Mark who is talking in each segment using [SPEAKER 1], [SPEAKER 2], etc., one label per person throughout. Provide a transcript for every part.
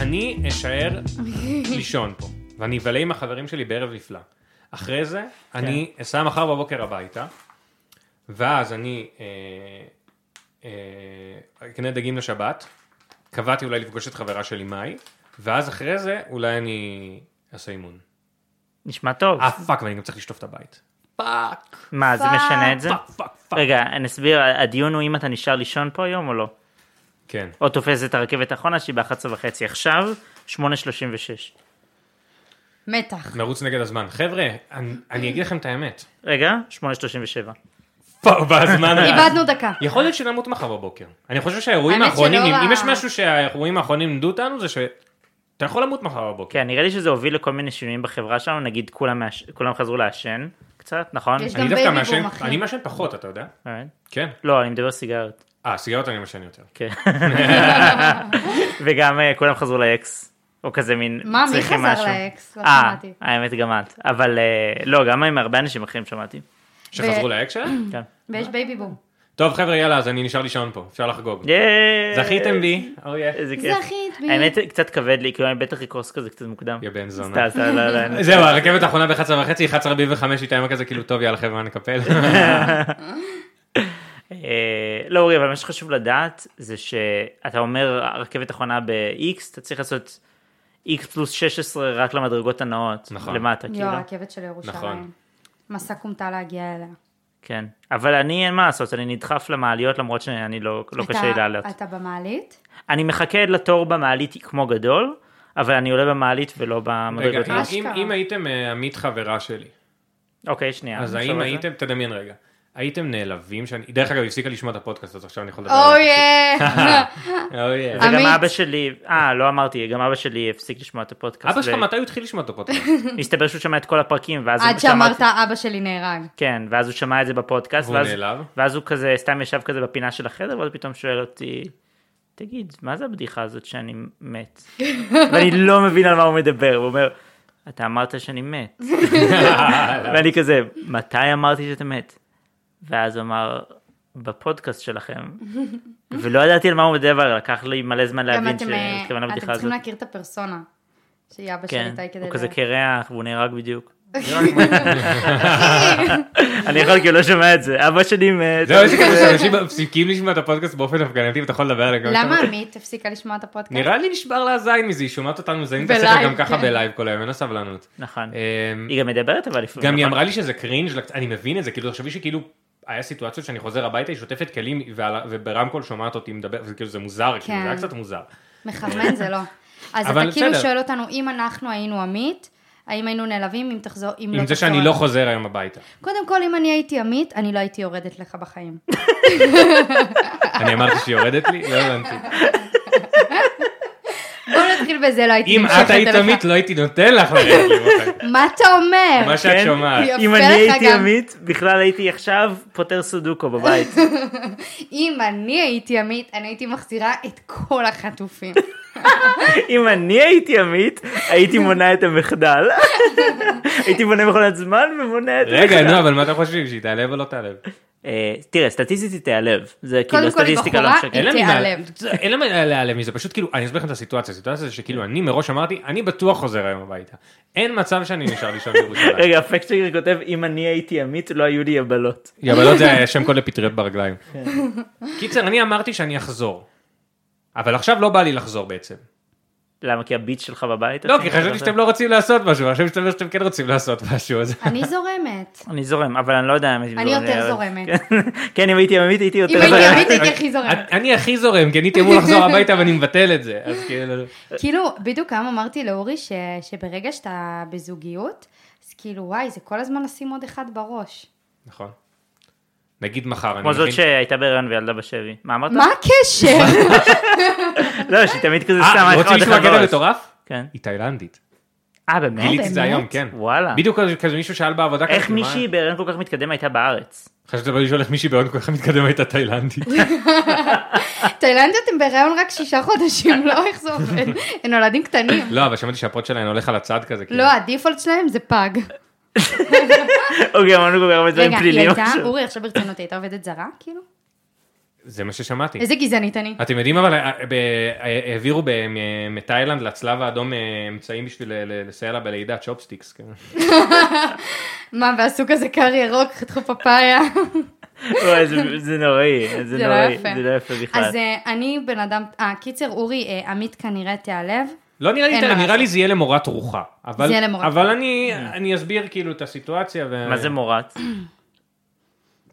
[SPEAKER 1] אני אשאר לישון פה, ואני אבלה עם החברים שלי בערב נפלא. אחרי זה, אני אסע מחר בבוקר הביתה, ואז אני אה, אה, אקנה דגים לשבת, קבעתי אולי לפגוש את חברה שלי מאי, ואז אחרי זה אולי אני אעשה אימון.
[SPEAKER 2] נשמע טוב.
[SPEAKER 1] אה פאק, ואני גם צריך לשטוף את הבית. פאק,
[SPEAKER 2] מה, זה משנה את זה?
[SPEAKER 1] פאק, פאק, פאק.
[SPEAKER 2] רגע, נסביר, הדיון הוא אם אתה נשאר לישון פה היום או לא.
[SPEAKER 1] כן.
[SPEAKER 2] או תופס את הרכבת האחרונה שהיא ב-11 וחצי. עכשיו, 8.36.
[SPEAKER 3] מתח.
[SPEAKER 1] נרוץ נגד הזמן. חבר'ה, אני- אני אגיד לכם את האמת.
[SPEAKER 2] רגע, 8.37.
[SPEAKER 1] פאק, בזמן ה-
[SPEAKER 3] איבדנו דקה.
[SPEAKER 1] יכול להיות שנמות מחר בבוקר. אני חושב שהאירועים
[SPEAKER 3] האמת
[SPEAKER 1] האחרונים,
[SPEAKER 3] שלא
[SPEAKER 1] אם אם
[SPEAKER 3] ה-
[SPEAKER 1] יש משהו שהאירועים האחרונים לימדו אותנו, זה שאתה יכול למות מחר בבוקר.
[SPEAKER 2] כן, נראה לי שזה הוביל לכל מיני שינויים בחברה שלנו, נגיד כולם מעש- כולם חזרו לעשן קצת, נכון?
[SPEAKER 3] יש כן. גם-
[SPEAKER 1] אני דווקא
[SPEAKER 3] בייבי בום,
[SPEAKER 1] מעשן,
[SPEAKER 3] אחי.
[SPEAKER 1] אני מעשן פחות, אתה יודע?
[SPEAKER 2] באמת?
[SPEAKER 1] כן.
[SPEAKER 2] לא, אני מדבר סיגרת.
[SPEAKER 1] אה, סיגרות אני מעשן יותר.
[SPEAKER 2] כן. וגם אה, כולם חזרו לאקס, או כזה מין
[SPEAKER 3] מה, מי
[SPEAKER 2] צריכים
[SPEAKER 3] חזר
[SPEAKER 2] משהו.
[SPEAKER 3] לאקס? לא
[SPEAKER 2] אה,
[SPEAKER 3] שמעתי.
[SPEAKER 2] האמת גם את, אבל אה, לא, גם עם הרבה אנשים אחרים שמעתי.
[SPEAKER 1] שחזרו לאקס שלהם?
[SPEAKER 2] כן.
[SPEAKER 3] ויש בייבי בום.
[SPEAKER 1] טוב, חבר'ה, יאללה, אז אני נשאר לישון פה, אפשר לחגוג.
[SPEAKER 2] ייי! Oh,
[SPEAKER 1] זכיתם בי. אוי,
[SPEAKER 2] איזה כיף.
[SPEAKER 3] זכית בי.
[SPEAKER 2] האמת קצת כבד לי, כאילו אני בטח אקרוס כזה קצת מוקדם.
[SPEAKER 1] יא בן זונה.
[SPEAKER 2] סתם, סתם, לא, לא, לא.
[SPEAKER 1] זהו, הרכבת האחרונה ב-11 וחצי, 11 45, איתי כזה, כאילו, טוב, יאללה, חבר'ה, נקפל.
[SPEAKER 2] אה, לא אורי, אבל מה שחשוב לדעת זה שאתה אומר הרכבת אחרונה ב-X, אתה צריך לעשות X פלוס 16 רק למדרגות הנאות.
[SPEAKER 1] נכון.
[SPEAKER 2] למטה,
[SPEAKER 3] יו,
[SPEAKER 2] כאילו.
[SPEAKER 3] לא, הרכבת של
[SPEAKER 1] נכון.
[SPEAKER 3] ירושלים. מסע כומתה להגיע אליה.
[SPEAKER 2] כן. אבל אני, אין מה לעשות, אני נדחף למעליות למרות שאני לא, לא
[SPEAKER 3] אתה-
[SPEAKER 2] קשה לי לעלות.
[SPEAKER 3] אתה במעלית?
[SPEAKER 2] אני מחכה לתור במעלית כמו גדול, אבל אני עולה במעלית ולא
[SPEAKER 1] רגע,
[SPEAKER 2] במדרגות.
[SPEAKER 1] אם-
[SPEAKER 2] הנאות.
[SPEAKER 1] אם-
[SPEAKER 3] אשכרה.
[SPEAKER 1] אם הייתם אה, עמית חברה שלי,
[SPEAKER 2] אוקיי, שנייה.
[SPEAKER 1] אז
[SPEAKER 2] אני
[SPEAKER 1] האם
[SPEAKER 2] חושב על זה.
[SPEAKER 1] הייתם, תדמיין רגע, הייתם נעלבים שאני, דרך אגב, הפסיקה לשמוע את הפודקאסט, אז עכשיו אני
[SPEAKER 2] לא,
[SPEAKER 1] יכול לדבר.
[SPEAKER 3] אוי, אה.
[SPEAKER 2] Oh,
[SPEAKER 1] אוי.
[SPEAKER 2] וגם
[SPEAKER 3] עמית.
[SPEAKER 2] אבא שלי, אה, לא אמרתי, גם אבא שלי הפסיק לשמוע את הפודקאסט.
[SPEAKER 1] אבא שלך,
[SPEAKER 2] ו-
[SPEAKER 1] מתי הוא התחיל לשמוע את הפודקאסט?
[SPEAKER 2] מסתבר שהוא שמע את כל הפרקים, ואז שמעתי-
[SPEAKER 3] עד שאמרת אבא שלי נהרג.
[SPEAKER 2] כן, ואז הוא שמע את זה בפודקאסט,
[SPEAKER 1] והוא
[SPEAKER 2] ואז,
[SPEAKER 1] נעלב?
[SPEAKER 2] ואז הוא כזה סתם ישב כזה בפינה של החדר, ואז פתאום שואל אותי, תגיד, מה זה הבדיחה הזאת שאני מת? ואני לא מבין על מה הוא מדבר, הוא אומר, אתה אמרת שאני מת. ואני כזה, מתי אמרתי שאתה מת? ואז הוא אמר, בפודקאסט שלכם, ולא ידעתי על מה הוא מדבר, לקח לי מלא זמן
[SPEAKER 3] גם
[SPEAKER 2] להבין
[SPEAKER 3] אתם,
[SPEAKER 2] שהוא
[SPEAKER 3] אה,
[SPEAKER 2] התכוון
[SPEAKER 3] אתם
[SPEAKER 2] לבדיחה
[SPEAKER 3] צריכים
[SPEAKER 2] הזאת.
[SPEAKER 3] להכיר את הפרסונה. שהיא אבא של
[SPEAKER 2] כן,
[SPEAKER 3] איתי כדי...
[SPEAKER 2] הוא כזה
[SPEAKER 3] ל-
[SPEAKER 2] קרח, והוא נהרג בדיוק.
[SPEAKER 3] אחי,
[SPEAKER 2] אני יכול כי הוא לא שומע את זה, אבא שלי מת.
[SPEAKER 1] זהו, יש כאלה שאנשים מפסיקים לשמוע את הפודקאסט באופן הפגנתי, ואתה יכול לדבר עליהם. גם
[SPEAKER 3] למה
[SPEAKER 1] שם.
[SPEAKER 3] עמית הפסיקה לשמוע את הפודקאסט?
[SPEAKER 1] נראה לי נשבר לה הזין מזה, היא שומעת אותנו מזיינים את
[SPEAKER 3] בלייב,
[SPEAKER 1] הספר גם ככה
[SPEAKER 3] כן.
[SPEAKER 1] בלייב כל היום, אין לה סבלנות.
[SPEAKER 2] נכון.
[SPEAKER 1] אמ,
[SPEAKER 2] היא גם מדברת אבל לפעמים.
[SPEAKER 1] גם היא
[SPEAKER 2] נכון?
[SPEAKER 1] אמרה לי שזה קרינג', לק- אני מבין את זה, כאילו תחשבי שכאילו, היה סיטואציות שאני חוזר הביתה, היא שוטפת כלים, ועל- וברמקול שומעת אותי מדבר, זה כאילו זה מוזר, כאילו
[SPEAKER 3] כן.
[SPEAKER 1] זה היה קצת מוזר.
[SPEAKER 3] מכוון זה לא. אז
[SPEAKER 1] אבל
[SPEAKER 3] אתה כאילו
[SPEAKER 1] בסדר.
[SPEAKER 3] שואל אותנו, אם אנחנו היינו עמית, האם היינו נעלבים אם תחזור, אם לא תחזור?
[SPEAKER 1] עם זה שאני לא חוזר היום הביתה.
[SPEAKER 3] קודם כל, אם אני הייתי עמית, אני לא הייתי יורדת לך בחיים.
[SPEAKER 1] אני אמרתי שהיא יורדת לי? לא הבנתי.
[SPEAKER 3] בוא נתחיל בזה, לא הייתי
[SPEAKER 1] אם
[SPEAKER 3] נמשכת
[SPEAKER 1] את היית
[SPEAKER 3] אליך.
[SPEAKER 1] עמית, לא הייתי נותן לך לרדת לי. מותק.
[SPEAKER 3] מה אתה אומר?
[SPEAKER 1] מה שאת
[SPEAKER 2] כן?
[SPEAKER 1] שומעת.
[SPEAKER 3] יפה
[SPEAKER 2] אם אני
[SPEAKER 3] לך
[SPEAKER 2] הייתי
[SPEAKER 3] גם.
[SPEAKER 2] עמית, בכלל הייתי עכשיו פותר סודוקו בבית.
[SPEAKER 3] אם אני הייתי עמית, אני הייתי מחזירה את כל החטופים.
[SPEAKER 2] אם אני הייתי עמית, הייתי מונע את המחדל. הייתי בונה מכונת זמן ומונע את
[SPEAKER 1] רגע,
[SPEAKER 2] המחדל.
[SPEAKER 1] נו, אבל מה אתם חושבים, שהיא תעלב או לא תעלב?
[SPEAKER 2] אה, תראה, סטטיסטית היא תיעלב. זה
[SPEAKER 3] קודם כל,
[SPEAKER 2] כאילו
[SPEAKER 3] היא
[SPEAKER 2] סטטיסטיקה לא
[SPEAKER 3] בחורה,
[SPEAKER 2] משקרת.
[SPEAKER 1] אין לה
[SPEAKER 3] היא
[SPEAKER 1] ממה-
[SPEAKER 3] תיעלב.
[SPEAKER 1] זה- אין לה מה להיעלב מזה, פשוט כאילו, אני אסביר לכם את הסיטואציה, הסיטואציה זה שכאילו אני מראש אמרתי, אני בטוח חוזר היום הביתה. אין מצב שאני נשאר לישון בירושלים.
[SPEAKER 2] רגע, הפקצ'קר כותב, אם אני הייתי עמית, לא היו לי יבלות.
[SPEAKER 1] יא, אבל לא זה היה שם קוד לפטריות ברגליים.
[SPEAKER 2] כן.
[SPEAKER 1] קיצר, אני אמרתי שאני אחזור. אבל עכשיו לא בא לי לחזור בעצם.
[SPEAKER 2] למה? כי הביט שלך בבית?
[SPEAKER 1] לא,
[SPEAKER 2] אתה
[SPEAKER 1] כי
[SPEAKER 2] חושב
[SPEAKER 1] חשבתי
[SPEAKER 2] על זה?
[SPEAKER 1] שאתם לא רוצים לעשות משהו, אבל עכשיו מסתבר שאתם כן רוצים לעשות משהו, אז...
[SPEAKER 3] אני זורמת.
[SPEAKER 2] אני זורם, אבל אני לא יודע אם הייתי
[SPEAKER 3] אני
[SPEAKER 2] זורם.
[SPEAKER 3] יותר זורמת.
[SPEAKER 2] כן, אם הייתי עמית, הייתי יותר
[SPEAKER 3] אם הייתי
[SPEAKER 2] זורם.
[SPEAKER 3] עמית, הייתי הכי זורמת.
[SPEAKER 1] אני הכי זורם, כי אני הייתי אמור לחזור הביתה ואני מבטל את זה. אז כאילו...
[SPEAKER 3] כאילו, בדיוק היום אמרתי לאורי ש, שברגע שאתה בזוגיות, אז כאילו, וואי, זה כל הזמן לשים עוד אחד בראש.
[SPEAKER 1] נכון. נגיד מחר, אני
[SPEAKER 2] כמו זאת
[SPEAKER 1] מבין...
[SPEAKER 2] שהייתה בהיריון וילדה בשבי. מה אמרת?
[SPEAKER 3] מה הקשר?
[SPEAKER 2] לא, שהיא תמיד כזה שמה
[SPEAKER 1] אה,
[SPEAKER 2] לך
[SPEAKER 1] רוצים
[SPEAKER 2] עוד
[SPEAKER 1] לשמוע
[SPEAKER 2] אחד
[SPEAKER 1] קטע
[SPEAKER 2] בראש.
[SPEAKER 1] מטורף?
[SPEAKER 2] כן.
[SPEAKER 1] היא תאילנדית.
[SPEAKER 2] אה, באמת?
[SPEAKER 1] גיליתי את זה
[SPEAKER 3] לא באמת?
[SPEAKER 1] היום, כן.
[SPEAKER 2] וואלה.
[SPEAKER 1] בדיוק כזה- כזה מישהו שאל בעבודה כזה,
[SPEAKER 2] איך
[SPEAKER 1] מה-
[SPEAKER 2] מישהי בהיריון כל כך מתקדם הייתה בארץ?
[SPEAKER 1] חשבתי שאתה בא לשאול איך מישהי בעוד כל כך מתקדם הייתה תאילנדית.
[SPEAKER 3] תאילנדיות הם בהיריון רק שישה חודשים, לא איך זה עובד. הם נולדים קטנים.
[SPEAKER 1] לא, אבל שמעתי שהפרוט שלהן הולך על הצד כזה. כאילו.
[SPEAKER 3] לא, הדיפולט שלהם זה פג.
[SPEAKER 2] אוקיי, אמרנו כל כך הרבה דברים
[SPEAKER 3] רגע, היא
[SPEAKER 2] פליליים
[SPEAKER 3] הייתה,
[SPEAKER 2] עכשיו.
[SPEAKER 3] אורי, עכשיו ברצינות, היא הייתה עובדת זרה, כאילו?
[SPEAKER 1] זה מה ששמעתי.
[SPEAKER 3] איזה גזענית אני.
[SPEAKER 1] אתם יודעים אבל, אה, ב- העבירו ב- מ- מתאילנד לצלב האדום אה, אמצעים בשביל ל- ל- לסייע לה בלידה צ'ופסטיקס. כן.
[SPEAKER 3] מה, ועשו כזה קר ירוק, חתכו פפאיה.
[SPEAKER 2] וואי, זה- זה נוראי, זה
[SPEAKER 3] זה לא
[SPEAKER 2] נוראי,
[SPEAKER 3] יפה.
[SPEAKER 2] זה לא יפה בכלל.
[SPEAKER 3] אז אה, אני בן אדם, אה, קיצר, אורי, אה, עמית כנראה תיעלב.
[SPEAKER 1] לא נראה לי,
[SPEAKER 3] אין
[SPEAKER 1] ת-
[SPEAKER 3] מה
[SPEAKER 1] נראה
[SPEAKER 3] לעשות.
[SPEAKER 1] לי זה יהיה למורת רוחה. אבל-
[SPEAKER 3] זה יהיה למורת Mm.
[SPEAKER 1] אבל אני- אני אסביר כאילו את הסיטואציה.
[SPEAKER 3] אה,
[SPEAKER 1] ו-
[SPEAKER 2] מה זה מורת?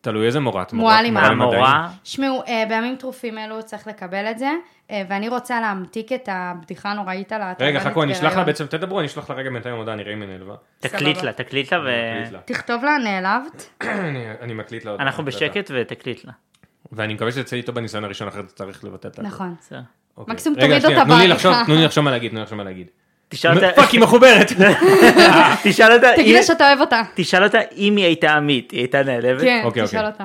[SPEAKER 1] תלוי איזה מורת.
[SPEAKER 3] מועלימה.
[SPEAKER 1] מורת מדעים.
[SPEAKER 2] המורה?
[SPEAKER 3] שמעו, אה, בימים טרופים אלו צריך לקבל את זה, אה, ואני רוצה להמתיק את הבדיחה הנוראית על ההטרדה.
[SPEAKER 1] רגע, חכו, אני אשלח לה בעצם, תדברו, אני אשלח לה רגע בינתיים הודעה, נראה אם היא נעלבה.
[SPEAKER 2] תקליט
[SPEAKER 3] סבבה.
[SPEAKER 2] לה, תקליט לה ו...
[SPEAKER 1] אני מקליט לה.
[SPEAKER 3] תכתוב לה, נעלבת?
[SPEAKER 1] אני- אני מקליט לה. הודעה.
[SPEAKER 2] כן. אנחנו בשקט ותקליט לה.
[SPEAKER 1] ואני מקווה שזה יצא איתו בניסיון הראשון, אחרת צריך לבטל את ה...
[SPEAKER 3] נכון.
[SPEAKER 2] בסדר.
[SPEAKER 1] אוקיי.
[SPEAKER 3] מקסימום
[SPEAKER 1] רגע,
[SPEAKER 3] תוריד
[SPEAKER 1] שנייה,
[SPEAKER 3] אותה
[SPEAKER 1] תנו לי
[SPEAKER 3] בעריכה.
[SPEAKER 1] לחשוב- תנו לי לחשוב מה להגיד, תנו לי לחשוב מה להגיד.
[SPEAKER 2] תשאל אותה,
[SPEAKER 1] פאק, היא מחוברת.
[SPEAKER 2] תשאל אותה,
[SPEAKER 3] תגיד לה שאתה אוהב אותה.
[SPEAKER 2] תשאל אותה אם היא הייתה עמית, היא הייתה נעלבת?
[SPEAKER 3] כן,
[SPEAKER 1] אה, אוקיי,
[SPEAKER 3] תשאל
[SPEAKER 1] אוקיי.
[SPEAKER 3] אותה.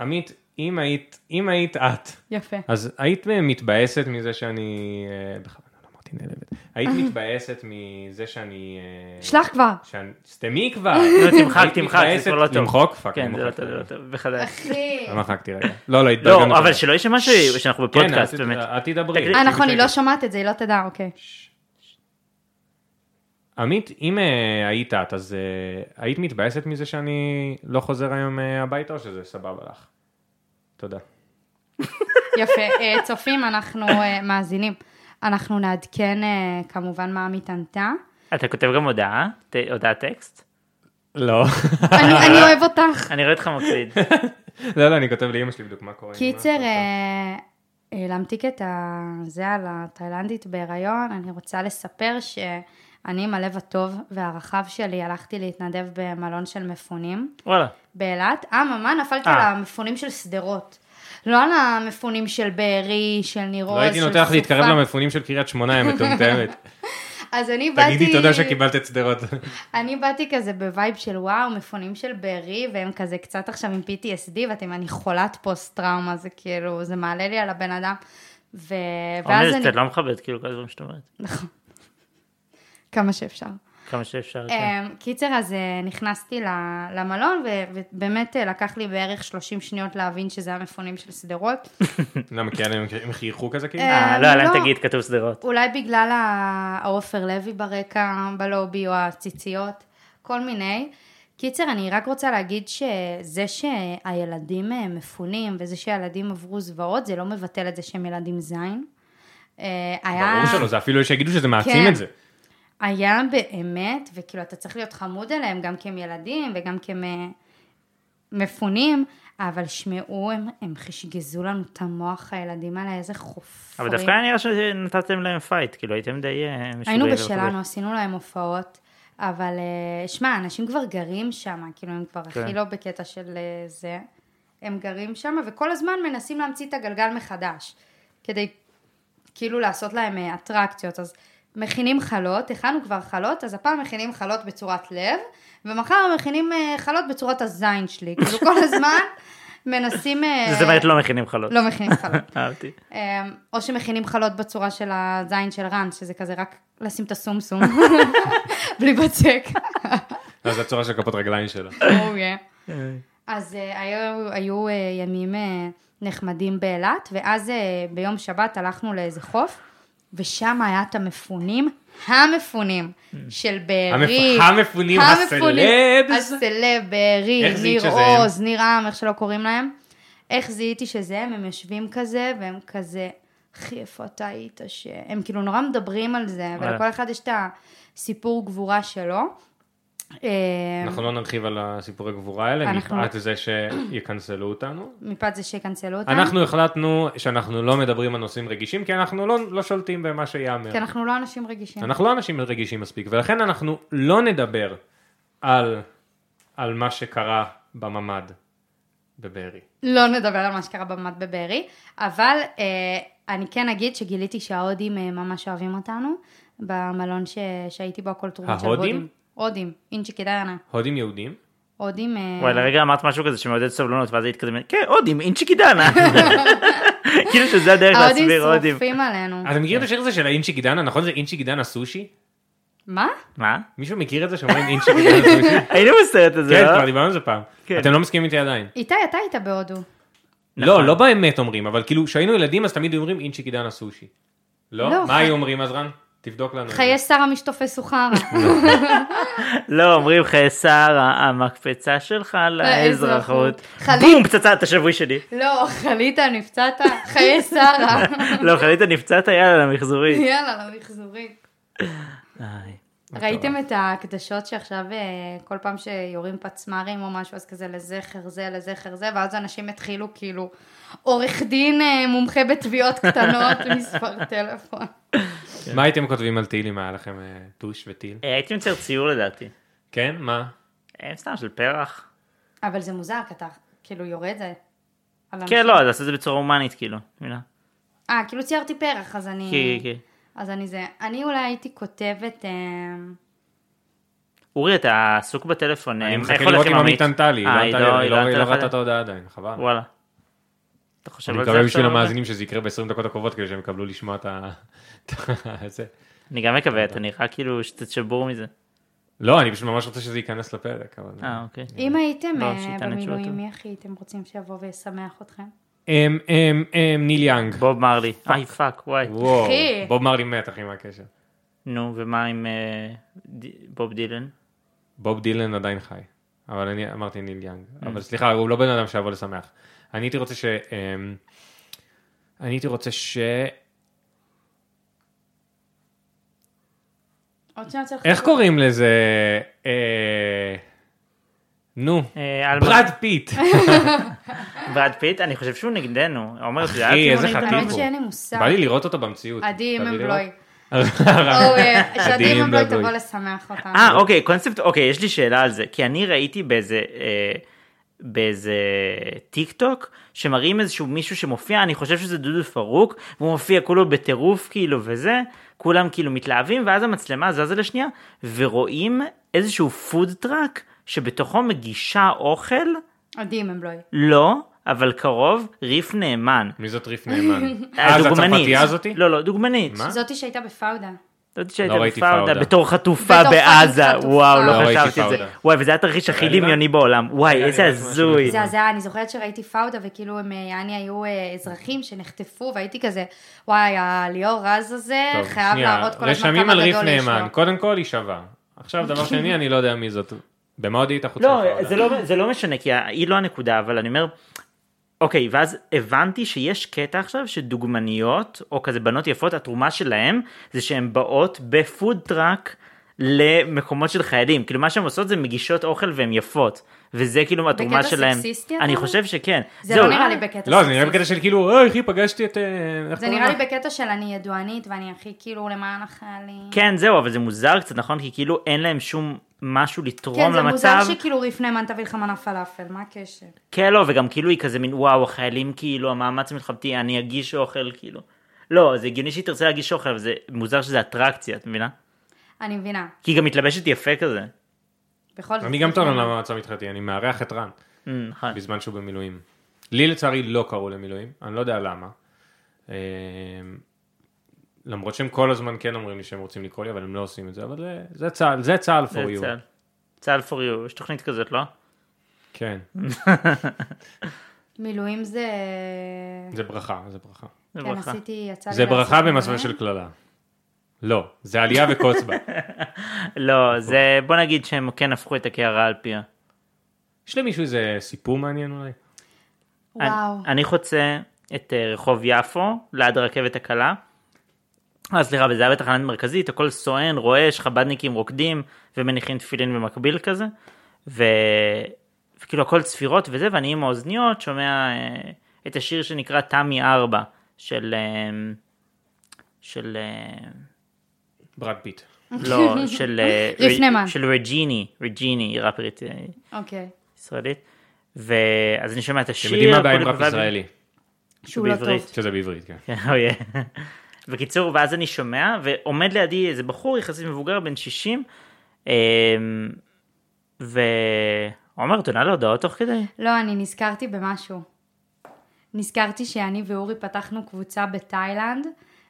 [SPEAKER 1] עמית, אם היית, אם היית את,
[SPEAKER 3] יפה.
[SPEAKER 1] אז היית מתבאסת מזה שאני... אה, בכוונה לא אמרתי נעלבת. היית מתבאסת מזה שאני... אה,
[SPEAKER 3] שלח כבר.
[SPEAKER 1] שאני- סתמי כבר.
[SPEAKER 2] לא, תמחק,
[SPEAKER 1] היית
[SPEAKER 2] תמחק, זה כבר לא
[SPEAKER 1] מתבאסת-
[SPEAKER 2] טוב.
[SPEAKER 1] למחוק? פאק,
[SPEAKER 2] כן,
[SPEAKER 1] אני
[SPEAKER 2] זה לא
[SPEAKER 1] מוחק.
[SPEAKER 2] טוב, זה לא טוב, בחדש.
[SPEAKER 3] אחי.
[SPEAKER 1] לא מחקתי רגע. לא, לא, התבלגנו
[SPEAKER 2] לא, אבל
[SPEAKER 1] כבר.
[SPEAKER 2] שלא ישמע ש- שאנחנו בפודקאסט,
[SPEAKER 1] כן,
[SPEAKER 2] באמת.
[SPEAKER 1] אל ת- אל תדברי.
[SPEAKER 3] אה, נכון, היא לא שומעת את זה, היא לא תדע, אוקיי.
[SPEAKER 1] עמית, אם אה, היית את, אז אה, היית מתבאסת מזה שאני לא חוזר היום אה, הביתה, או שזה סבבה לך? תודה.
[SPEAKER 3] יפה. אה, צופים, אנחנו אה, מאזינים. אנחנו נעדכן אה, כמובן מה עמית ענתה.
[SPEAKER 2] אתה כותב גם הודעה? ת- הודעת טקסט?
[SPEAKER 1] לא.
[SPEAKER 3] אני אני אוהב אותך.
[SPEAKER 2] אני רואה אותך מקליד.
[SPEAKER 1] לא, לא, אני כותב לאמא שלי בדיוק מה קורה. עם
[SPEAKER 3] קיצר,
[SPEAKER 1] ה-
[SPEAKER 3] אה, אה, להמתיק את ה- זה על התאילנדית בהיריון, אני רוצה לספר שאני עם הלב הטוב והרחב שלי הלכתי להתנדב במלון של מפונים
[SPEAKER 2] וואלה.
[SPEAKER 3] באילת. אממה, נפלתי
[SPEAKER 2] אה.
[SPEAKER 3] על המפונים של שדרות. לא על המפונים של בארי, של ניר עוז,
[SPEAKER 1] לא
[SPEAKER 3] של
[SPEAKER 1] הייתי נותן לך להתקרב
[SPEAKER 3] סופה.
[SPEAKER 1] למפונים של קריית שמונה, יא מטומטמת.
[SPEAKER 3] אז אני באתי...
[SPEAKER 1] תגידי תודה שקיבלת את שדרות.
[SPEAKER 3] אני באתי כזה בווייב של וואו, מפונים של בארי, והם כזה קצת עכשיו עם PTSD, ואתם, אני חולת פוסט-טראומה, זה כאילו, זה מעלה לי על הבן אדם. ו...
[SPEAKER 2] עומר,
[SPEAKER 3] ואז אני...
[SPEAKER 2] קצת לא מכבד, כאילו, כל הדברים שאת אומרת.
[SPEAKER 3] כמה שאפשר.
[SPEAKER 2] כמה שאפשר. כן.
[SPEAKER 3] אמ, קיצר, אז אה, נכנסתי ל- למלון, ו- ובאמת אה, לקח לי בערך 30 שניות להבין שזה המפונים של שדרות.
[SPEAKER 1] למה, כי היה- לא, הם חייכו כזה כאילו?
[SPEAKER 3] אה,
[SPEAKER 2] אה, לא,
[SPEAKER 3] לא.
[SPEAKER 2] להם תגיד, כתוב שדרות.
[SPEAKER 3] אולי בגלל ה- העופר לוי ברקע, בלובי, או הציציות, כל מיני. קיצר, אני רק רוצה להגיד שזה שהילדים אה, מפונים, וזה שהילדים עברו זוועות, זה לא מבטל את זה שהם ילדים זין. אה, היה...
[SPEAKER 1] ברור שלא, זה אפילו יש שיגידו שזה מעצים
[SPEAKER 3] כן.
[SPEAKER 1] את זה.
[SPEAKER 3] היה באמת, וכאילו אתה צריך להיות חמוד אליהם, גם כי הם ילדים וגם כי הם אה, מפונים, אבל שמעו, הם, הם חשגזו לנו את המוח, הילדים האלה, איזה חופרים.
[SPEAKER 2] אבל דווקא היה נראה שנתתם להם פייט, כאילו, הייתם די אה, משוגעים.
[SPEAKER 3] היינו
[SPEAKER 2] ומכבדים.
[SPEAKER 3] בשלנו, עשינו להם הופעות, אבל אה, שמע, אנשים כבר גרים שם, כאילו הם כבר
[SPEAKER 2] כן.
[SPEAKER 3] הכי לא בקטע של אה, זה. הם גרים שם, וכל הזמן מנסים להמציא את הגלגל מחדש, כדי כאילו לעשות להם אה, אטרקציות. אז מכינים חלות, הכנו כבר חלות, אז הפעם מכינים חלות בצורת לב, ומחר מכינים אה, חלות בצורת הזין שלי. כאילו כל הזמן מנסים... אה,
[SPEAKER 2] זאת אומרת, לא מכינים חלות.
[SPEAKER 3] לא מכינים חלות.
[SPEAKER 2] אהבתי.
[SPEAKER 3] אמ, או שמכינים חלות בצורה של הזין של רן, שזה כזה רק לשים את הסומסום, בלי בצק.
[SPEAKER 1] אז זה הצורה של כפות רגליים שלה.
[SPEAKER 3] Oh yeah. אז אה, היו- היו אה, ימים אה, נחמדים באילת, ואז אה, ביום שבת הלכנו לאיזה חוף, ושם היה את המפונים, המפונים, של בארי.
[SPEAKER 1] Mm. המפ- המפונים, הסלבס.
[SPEAKER 3] הסלב, בארי,
[SPEAKER 1] איך זיהית
[SPEAKER 3] ניר
[SPEAKER 1] שזה הם?
[SPEAKER 3] עוז, ניר עם, איך שלא קוראים להם. איך זיהיתי שזה הם, הם יושבים כזה, והם כזה, אחי, איפה אתה היית ש... הם כאילו נורא מדברים על זה,
[SPEAKER 1] אה.
[SPEAKER 2] וואלה.
[SPEAKER 3] ולכל אחד יש את הסיפור גבורה שלו. אה,
[SPEAKER 1] אנחנו לא נרחיב על הסיפורי גבורה האלה,
[SPEAKER 3] אנחנו- לא-
[SPEAKER 1] מפאת זה שיקנסלו אותנו.
[SPEAKER 3] מפאת זה שיקנסלו אותנו.
[SPEAKER 1] אנחנו החלטנו שאנחנו לא מדברים על נושאים רגישים, כי אנחנו לא, לא שולטים במה שיאמר.
[SPEAKER 2] כן.
[SPEAKER 3] כי אנחנו לא אנשים רגישים.
[SPEAKER 1] אנחנו לא אנשים רגישים מספיק, ולכן אנחנו לא נדבר על, על מה שקרה בממ"ד בבארי.
[SPEAKER 3] לא נדבר על מה שקרה במד בבארי, אבל אה, אני כן אגיד שגיליתי שההודים אה, ממש אוהבים אותנו, במלון ש... שהייתי בו הכל תרומות של
[SPEAKER 1] ההודים?
[SPEAKER 3] הודים. הודים, אינצ'י כדאיינה.
[SPEAKER 1] הודים יהודים?
[SPEAKER 3] הודים... אה,
[SPEAKER 2] וואי, לרגע אמרת משהו כזה שמעודד סבלנות, ואז התקדמת, כן, הודים, אינצ'יקי דנה. כאילו שזה הדרך
[SPEAKER 3] ההודים
[SPEAKER 2] להסביר הודים.
[SPEAKER 3] שרופים עלינו.
[SPEAKER 1] אתה מכיר את השיר הזה של האינצ'י גידנה? נכון זה אינצ'י גידנה סושי?
[SPEAKER 3] מה?
[SPEAKER 2] מה?
[SPEAKER 1] מישהו מכיר את זה שאומרים אינצ'י גידנה סושי?
[SPEAKER 2] היינו בסרט הזה,
[SPEAKER 1] כן,
[SPEAKER 2] לא?
[SPEAKER 1] כבר דיברנו על זה פעם.
[SPEAKER 2] כן.
[SPEAKER 1] אתם לא מסכימים איתי עדיין.
[SPEAKER 3] איתי, אתה היית בהודו.
[SPEAKER 2] נכון.
[SPEAKER 1] לא, לא באמת אומרים, אבל כאילו, כשהיינו ילדים אז תמיד היו אומרים אינצ'י קידנה סושי.
[SPEAKER 3] לא,
[SPEAKER 1] לא?
[SPEAKER 3] ח-
[SPEAKER 1] מה היו אומרים אז רן? תבדוק לנו. את זה.
[SPEAKER 3] חיי שרה משתופה סוחרה.
[SPEAKER 2] לא, אומרים לך, שר, המקפצה שלך
[SPEAKER 3] לאזרחות.
[SPEAKER 2] לאזרחות.
[SPEAKER 3] חליט.
[SPEAKER 2] בום, פצצה, את השבוי שלי.
[SPEAKER 3] לא, חלית, נפצעת, חיי שרה.
[SPEAKER 2] לא, חליטה נפצעת, יאללה, למחזורית.
[SPEAKER 3] יאללה, למחזורים.
[SPEAKER 2] איי.
[SPEAKER 3] ראיתם את ההקדשות שעכשיו אה, כל פעם שיורים פצמ"רים או משהו אז כזה לזכר זה, לזכר זה, ואז אנשים התחילו כאילו עורך דין אה, מומחה בתביעות קטנות, מספר טלפון.
[SPEAKER 1] מה הייתם כותבים על טיל אם היה לכם אה, טוש וטיל?
[SPEAKER 2] אה, הייתי יוצר ציור לדעתי.
[SPEAKER 1] כן? מה?
[SPEAKER 2] אה, סתם של פרח.
[SPEAKER 3] אבל זה מוזר, כי אתה כאילו יורד זה. על
[SPEAKER 2] כן,
[SPEAKER 3] אנשים.
[SPEAKER 2] לא, אז עשו את זה בצורה הומנית, כאילו. מילה.
[SPEAKER 3] אה, כאילו ציירתי פרח, אז אני...
[SPEAKER 2] כן, כן. כן.
[SPEAKER 3] אז אני זה. אני אולי הייתי כותבת... אה,
[SPEAKER 2] כן. אורי, אתה עסוק בטלפון.
[SPEAKER 1] אני
[SPEAKER 2] אה,
[SPEAKER 1] מחכה
[SPEAKER 2] איך הולך
[SPEAKER 1] לראות
[SPEAKER 2] עם
[SPEAKER 1] אם עמית ענתה לי, היא לא
[SPEAKER 2] אה,
[SPEAKER 1] ענתה לי, אני לא-
[SPEAKER 2] ענתה
[SPEAKER 1] היא לא
[SPEAKER 2] לך?
[SPEAKER 1] ראתה את ההודעה עדיין, חבל.
[SPEAKER 2] וואלה. אתה חושב
[SPEAKER 1] אני
[SPEAKER 2] על זה
[SPEAKER 1] מקווה לא בשביל
[SPEAKER 2] עכשיו?
[SPEAKER 1] המאזינים שזה יקרה ב-20 דקות הקרובות כדי שהם יקבלו לשמוע את ה... את ה- זה.
[SPEAKER 2] אני גם מקווה, אתה נראה כאילו שאתה שבור מזה.
[SPEAKER 1] לא, אני פשוט ממש רוצה שזה ייכנס לפרק, אבל...
[SPEAKER 2] אה, אוקיי.
[SPEAKER 3] אם הייתם
[SPEAKER 2] לא,
[SPEAKER 3] אה,
[SPEAKER 2] שייתן לי תשובה
[SPEAKER 3] במילואים,
[SPEAKER 2] טובה.
[SPEAKER 3] מי הכי הייתם רוצים שיבוא וישמח אתכם?
[SPEAKER 1] אמ, אמ, אמ, ניל יאנג.
[SPEAKER 2] בוב מרלי. איי, פאק, וואי.
[SPEAKER 1] וואו,
[SPEAKER 3] אחי.
[SPEAKER 1] בוב מרלי מת, אחי, מה הקשר?
[SPEAKER 2] נו, ומה עם אה, ד- בוב דילן?
[SPEAKER 1] בוב דילן עדיין חי, אבל אני אמרתי ניל יאנג. אבל סליחה, הוא לא בן אדם שיבוא לשמח. אני הייתי רוצה ש... אמ, אני הייתי רוצה ש...
[SPEAKER 3] עוד שנייה יוצא לך-
[SPEAKER 1] איך קוראים לזה? אה, נו,
[SPEAKER 2] אה, אלברט-
[SPEAKER 1] ברד פיט.
[SPEAKER 2] ברד פיט? אני חושב שהוא נגדנו. עומר, את יודעת
[SPEAKER 1] אחי,
[SPEAKER 2] אם הוא
[SPEAKER 1] איזה
[SPEAKER 2] נגדנו?
[SPEAKER 1] חתיך.
[SPEAKER 3] האמת שאין לי מושג.
[SPEAKER 1] בא לי לראות אותו במציאות.
[SPEAKER 3] עדי לא
[SPEAKER 1] תביא לראות.
[SPEAKER 3] אימבלוי. או אה, שעדי
[SPEAKER 1] עדי
[SPEAKER 3] אימבלוי
[SPEAKER 1] אימבלוי.
[SPEAKER 3] תבוא לשמח אותנו.
[SPEAKER 2] אה, אוקיי, קונספט, אוקיי, יש לי שאלה על זה, כי אני ראיתי באיזה, אה, באיזה טיק טוק, שמראים איזשהו מישהו שמופיע, אני חושב שזה דודו פרוק, והוא מופיע כולו בטירוף כאילו וזה, כולם כאילו מתלהבים, ואז המצלמה זזה לשנייה, ורואים איזשהו פוד טראק, שבתוכו מגישה אוכל,
[SPEAKER 3] עדי אימבלוי.
[SPEAKER 2] לא, אבל קרוב, ריף נאמן.
[SPEAKER 1] מי זאת ריף נאמן? אה, זו
[SPEAKER 2] הדוגמנית.
[SPEAKER 1] הצרפתייה הזאתי?
[SPEAKER 2] לא, לא, דוגמנית.
[SPEAKER 1] מה?
[SPEAKER 3] זאתי שהייתה בפאודה.
[SPEAKER 2] לא יודעת שהייתה
[SPEAKER 1] לא ראיתי
[SPEAKER 2] בפאודה
[SPEAKER 1] פאודה.
[SPEAKER 2] בתור חטופה
[SPEAKER 3] בתור
[SPEAKER 2] בעזה,
[SPEAKER 3] חטופה.
[SPEAKER 2] וואו,
[SPEAKER 3] לא
[SPEAKER 2] לא
[SPEAKER 1] ראיתי
[SPEAKER 2] חשבתי את זה.
[SPEAKER 1] פאודה. לא-
[SPEAKER 2] וואי, וזה התרחיש הכי
[SPEAKER 1] היה לי
[SPEAKER 2] דמיוני
[SPEAKER 1] מה?
[SPEAKER 2] בעולם. וואי,
[SPEAKER 1] היה לי
[SPEAKER 2] איזה
[SPEAKER 1] לא מה משהו
[SPEAKER 2] הזוי.
[SPEAKER 1] מטורף.
[SPEAKER 3] זה הזיה, אני זוכרת שראיתי פאודה וכאילו הם, אה, יעני, היו אה, אזרחים שנחטפו והייתי כזה, וואי, הליאור רז הזה
[SPEAKER 1] טוב,
[SPEAKER 3] אה, חייב
[SPEAKER 1] שנייה,
[SPEAKER 3] להראות כל הזמן
[SPEAKER 1] רשמים
[SPEAKER 3] כמה
[SPEAKER 1] על ריף
[SPEAKER 3] גדול יש
[SPEAKER 1] נאמן,
[SPEAKER 3] לו.
[SPEAKER 1] קודם כל היא שווה. עכשיו, דבר שני, אני לא יודע מי זאת. במה עוד היית חוץ
[SPEAKER 2] לא,
[SPEAKER 1] מפאודה?
[SPEAKER 2] זה לא- זה לא משנה, כי היא לא הנקודה, אבל אני אומר, אוקיי, ואז הבנתי שיש קטע עכשיו שדוגמניות, או כזה בנות יפות, התרומה שלהן, זה שהן באות בפוד טראק למקומות של חיילים. כאילו, מה שהן עושות זה מגישות אוכל והן יפות. וזה כאילו התרומה
[SPEAKER 3] בקטע
[SPEAKER 2] שלהן.
[SPEAKER 3] סקסיסטי, אתה
[SPEAKER 2] אני
[SPEAKER 3] אומר?
[SPEAKER 2] חושב שכן.
[SPEAKER 3] זה
[SPEAKER 2] זהו,
[SPEAKER 3] לא נראה לי בקטע
[SPEAKER 1] לא, זה נראה
[SPEAKER 3] סקסיסטי.
[SPEAKER 1] בקטע של כאילו, אוי, אחי, פגשתי את... אה, איך
[SPEAKER 3] זה
[SPEAKER 1] קוראים
[SPEAKER 3] נראה
[SPEAKER 1] לה?"
[SPEAKER 3] לי בקטע של אני ידוענית ואני הכי כאילו למען החיילים.
[SPEAKER 2] כן, זהו, אבל זה מוזר קצת, נכון? כי כאילו אין להם שום משהו
[SPEAKER 3] כן,
[SPEAKER 2] לתרום
[SPEAKER 3] זה מוזר
[SPEAKER 2] למצב.
[SPEAKER 3] שכאילו ריף נאמן תביא לך מנה פלאפל, מה הקשר?
[SPEAKER 2] כן, לא, וגם כאילו היא כזה מין, וואו, החיילים כאילו, המאמץ המלחמתי, אני אגיש אוכל, כאילו. לא, זה הגיוני שהיא תרצה להגיש אוכל, אבל זה מוזר שזה אטרקציה, את מבינה?
[SPEAKER 3] אני מבינה,
[SPEAKER 2] כי היא גם מתלבשת יפה כזה.
[SPEAKER 3] בכל זאת.
[SPEAKER 1] אני גם
[SPEAKER 3] ריף
[SPEAKER 1] טוען
[SPEAKER 3] נאמן.
[SPEAKER 1] למה המצב התחלתי, אני מארח את רן,
[SPEAKER 2] אה, נכון.
[SPEAKER 1] בזמן שהוא במילואים. לי לצערי לא קראו למילואים, אני לא יודע למה. אמ, למרות שהם כל הזמן כן אומרים לי שהם רוצים לקרוא לי, אבל הם לא עושים את זה, אבל זה- זה צה"ל, זה צה"ל
[SPEAKER 2] זה
[SPEAKER 1] for you.
[SPEAKER 2] צה"ל. צה"ל for you, יש תוכנית כזאת, לא?
[SPEAKER 1] כן,
[SPEAKER 3] מילואים זה... Mm-hmm.
[SPEAKER 1] זה ברכה, זה ברכה.
[SPEAKER 2] זה
[SPEAKER 3] כן,
[SPEAKER 2] ברכה.
[SPEAKER 3] עשיתי, יצא לי...
[SPEAKER 1] זה ברכה
[SPEAKER 3] לעשות
[SPEAKER 1] במסווה
[SPEAKER 3] מילואים.
[SPEAKER 1] של קללה. לא, זה עלייה וקוץ בה.
[SPEAKER 2] לא, זה, בוא נגיד שהם כן הפכו את הקערה על פיה.
[SPEAKER 1] יש למישהו איזה סיפור מעניין אולי?
[SPEAKER 3] וואו.
[SPEAKER 2] אני, אני חוצה את אה, רחוב יפו, ליד הרכבת הקלה. אה, סליחה, וזה היה בתחנת מרכזית, הכל סואן, רועש, חבדניקים רוקדים ומניחים תפילין במקביל כזה. ו... וכאילו הכל צפירות וזה, ואני עם האוזניות שומע אה, את השיר שנקרא תמי ארבע, של... אה, של... אה,
[SPEAKER 1] ברד פיט.
[SPEAKER 2] לא, של... אה,
[SPEAKER 3] ריף
[SPEAKER 2] ר-
[SPEAKER 3] נאמן.
[SPEAKER 2] של רג'יני, רג'יני, היא ראפרית אה,
[SPEAKER 3] אוקיי.
[SPEAKER 2] ישראלית. ואז אני שומע את השיר.
[SPEAKER 1] אתם יודעים מה הבעיה עם
[SPEAKER 2] כולי
[SPEAKER 1] ראפ
[SPEAKER 2] בבבלי.
[SPEAKER 1] ישראלי?
[SPEAKER 3] שהוא לא
[SPEAKER 2] בעברית.
[SPEAKER 3] טוב.
[SPEAKER 1] שזה בעברית, כן.
[SPEAKER 2] כן, אוי. בקיצור, ואז אני שומע, ועומד לידי איזה בחור יחסית מבוגר, בן 60, אמ, ו... עומר, את עונה להודעות תוך כדי?
[SPEAKER 3] לא, אני נזכרתי במשהו. נזכרתי שאני ואורי פתחנו קבוצה בתאילנד,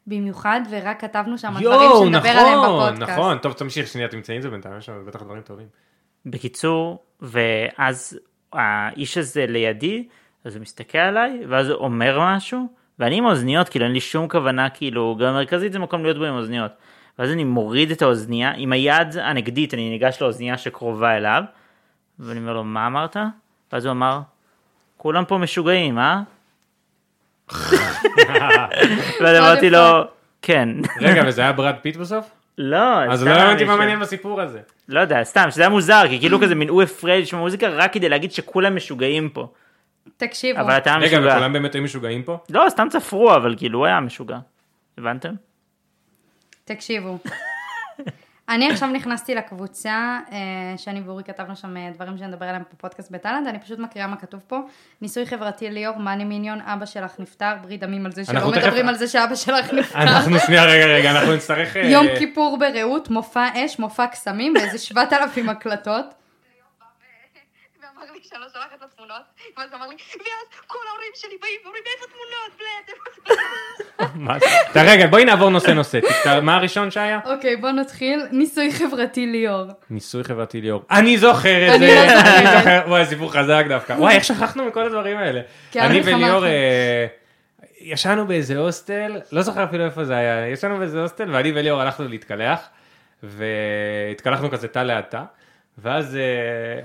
[SPEAKER 3] במיוחד, ורק כתבנו שם על דברים
[SPEAKER 1] יואו,
[SPEAKER 3] שנדבר עליהם
[SPEAKER 1] נכון,
[SPEAKER 3] בפודקאסט.
[SPEAKER 1] נכון. טוב, תמשיך שנייה, תמצאי את זה בינתיים, יש שם בטח דברים טובים.
[SPEAKER 2] בקיצור, ואז האיש הזה לידי, אז הוא מסתכל עליי, ואז הוא אומר משהו, ואני עם אוזניות, כאילו אין לי שום כוונה, כאילו, גם מרכזית זה מקום להיות בו עם אוזניות. ואז אני מוריד את האוזנייה, עם היד הנגדית אני ניגש לאוזנייה שקרובה אליו, ואני אומר לו, מה אמרת? ואז הוא אמר, כולם פה משוגעים, אה? ואז אמרתי לו, כן.
[SPEAKER 1] רגע, וזה היה ברד פיט בסוף?
[SPEAKER 2] לא,
[SPEAKER 1] אז
[SPEAKER 2] סתם
[SPEAKER 1] לא הבנתי מה
[SPEAKER 2] מישהו.
[SPEAKER 1] מעניין בסיפור הזה.
[SPEAKER 2] לא יודע, סתם, שזה היה מוזר, כי כאילו כזה מנעו הפרד, לשמוע מוזיקה רק כדי להגיד שכולם משוגעים פה.
[SPEAKER 3] תקשיבו.
[SPEAKER 2] אבל אתה
[SPEAKER 1] רגע,
[SPEAKER 2] משוגע.
[SPEAKER 1] וכולם באמת היו משוגעים פה?
[SPEAKER 2] לא, סתם צפרו, אבל כאילו הוא היה משוגע. הבנתם?
[SPEAKER 3] תקשיבו. אני עכשיו נכנסתי לקבוצה, אה, שאני ואורי כתבנו שם אה, דברים שנדבר עליהם בפודקאסט בתאילנד, אני פשוט מקריאה מה כתוב פה. ניסוי חברתי ליאור, מאני מיניון, אבא שלך נפטר, ברית דמים על זה שלא
[SPEAKER 1] אנחנו תכף-
[SPEAKER 3] מדברים על זה שאבא שלך נפטר.
[SPEAKER 1] אנחנו, שנייה, רגע, רגע, אנחנו נצטרך... אה,
[SPEAKER 3] יום כיפור ברעות, מופע אש, מופע קסמים, ואיזה 7,000 הקלטות.
[SPEAKER 4] ואמר לי שאני לא שולחת את התמונות, ואז אמר לי, ואז כל ההורים שלי באים ואומרים, איפה התמונות, בלד,
[SPEAKER 1] מה זה? אתה רגע, בואי נעבור נושא נושא. תקטע- מה הראשון שהיה?
[SPEAKER 3] אוקיי, בוא נתחיל. ניסוי חברתי ליאור.
[SPEAKER 1] ניסוי חברתי ליאור. אני זוכר את
[SPEAKER 3] אני
[SPEAKER 1] זה.
[SPEAKER 3] לא זוכרת.
[SPEAKER 1] אני זוכר. וואי, סיפור חזק דווקא. וואי, איך שכחנו מכל הדברים האלה.
[SPEAKER 3] כי היה
[SPEAKER 1] אני
[SPEAKER 3] מלחמה
[SPEAKER 1] וליאור
[SPEAKER 3] אחת.
[SPEAKER 1] אה, ישנו באיזה הוסטל, לא זוכר אפילו איפה זה היה, ישנו באיזה הוסטל, ואני וליאור הלכנו להתקלח, והתקלחנו כזה תא ליד תא. ואז, אה,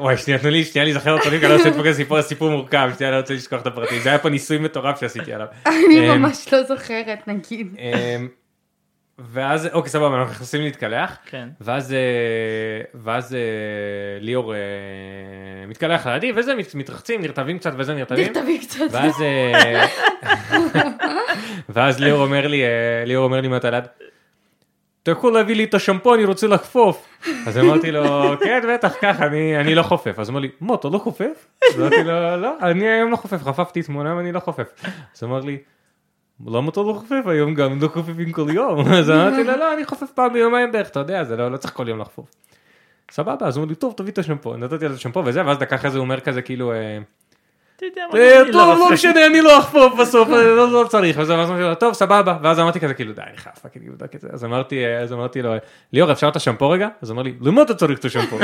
[SPEAKER 1] וואי, שנייה, תנו לי, שנייה להיזכר אותו, כי אני לא רוצה לדפוק איזה סיפור, סיפור מורכב, שנייה, אני לא רוצה לשכוח את הפרטים. זה היה פה ניסוי מטורף שעשיתי עליו.
[SPEAKER 3] אני
[SPEAKER 1] אה,
[SPEAKER 3] ממש לא זוכרת, נגיד.
[SPEAKER 1] אמ, ואז, אוקיי, סבבה, אנחנו נכנסים להתקלח.
[SPEAKER 2] כן.
[SPEAKER 1] ואז, אה, ואז אה, ליאור אה, מתקלח לידי, וזה מת- מתרחצים, נרטבים קצת, וזה נרטבים.
[SPEAKER 3] תכתבי קצת.
[SPEAKER 1] ואז, אה, ואז ליאור אומר לי, אה, ליאור אומר לי מהתל"ד, אתה יכול להביא לי את השמפו, אני רוצה לחפוף. אז אמרתי לו, כן, בטח, ככה, אני, אני לא חופף. אז הוא אמר לי, מה, אתה לא חופף? אז אמרתי לו, לא, אני היום לא חופף, חפפתי אתמול, היום אני לא חופף. אז הוא אמר לי, למה אתה לא חופף היום גם? לא חופפים כל יום. אז אמרתי לו, לא, אני חופף פעם ביומיים בערך, אתה יודע, זה לא, לא צריך כל יום לחפוף. סבבה, אז הוא אמר לי, טוב, תביא את השמפו. נתתי לו את השמפו וזה, ואז דקה אחרי זה הוא אומר כזה, כאילו, אה,
[SPEAKER 2] אתה יודע מה,
[SPEAKER 1] אה,
[SPEAKER 2] אני
[SPEAKER 1] טוב,
[SPEAKER 2] רוצה-
[SPEAKER 1] לא משנה, אני לא אחפוף בסוף, אה, לא לא צריך, ואז אמרתי לו, טוב, סבבה, ואז אמרתי כזה, כאילו, די, אני חייב פאקינג לבדוק את זה, אז אמרתי, אה, אז אמרתי לו, ליאור, אפשר את השמפו רגע? אז הוא אמר לי, למה אתה צריך את השמפו?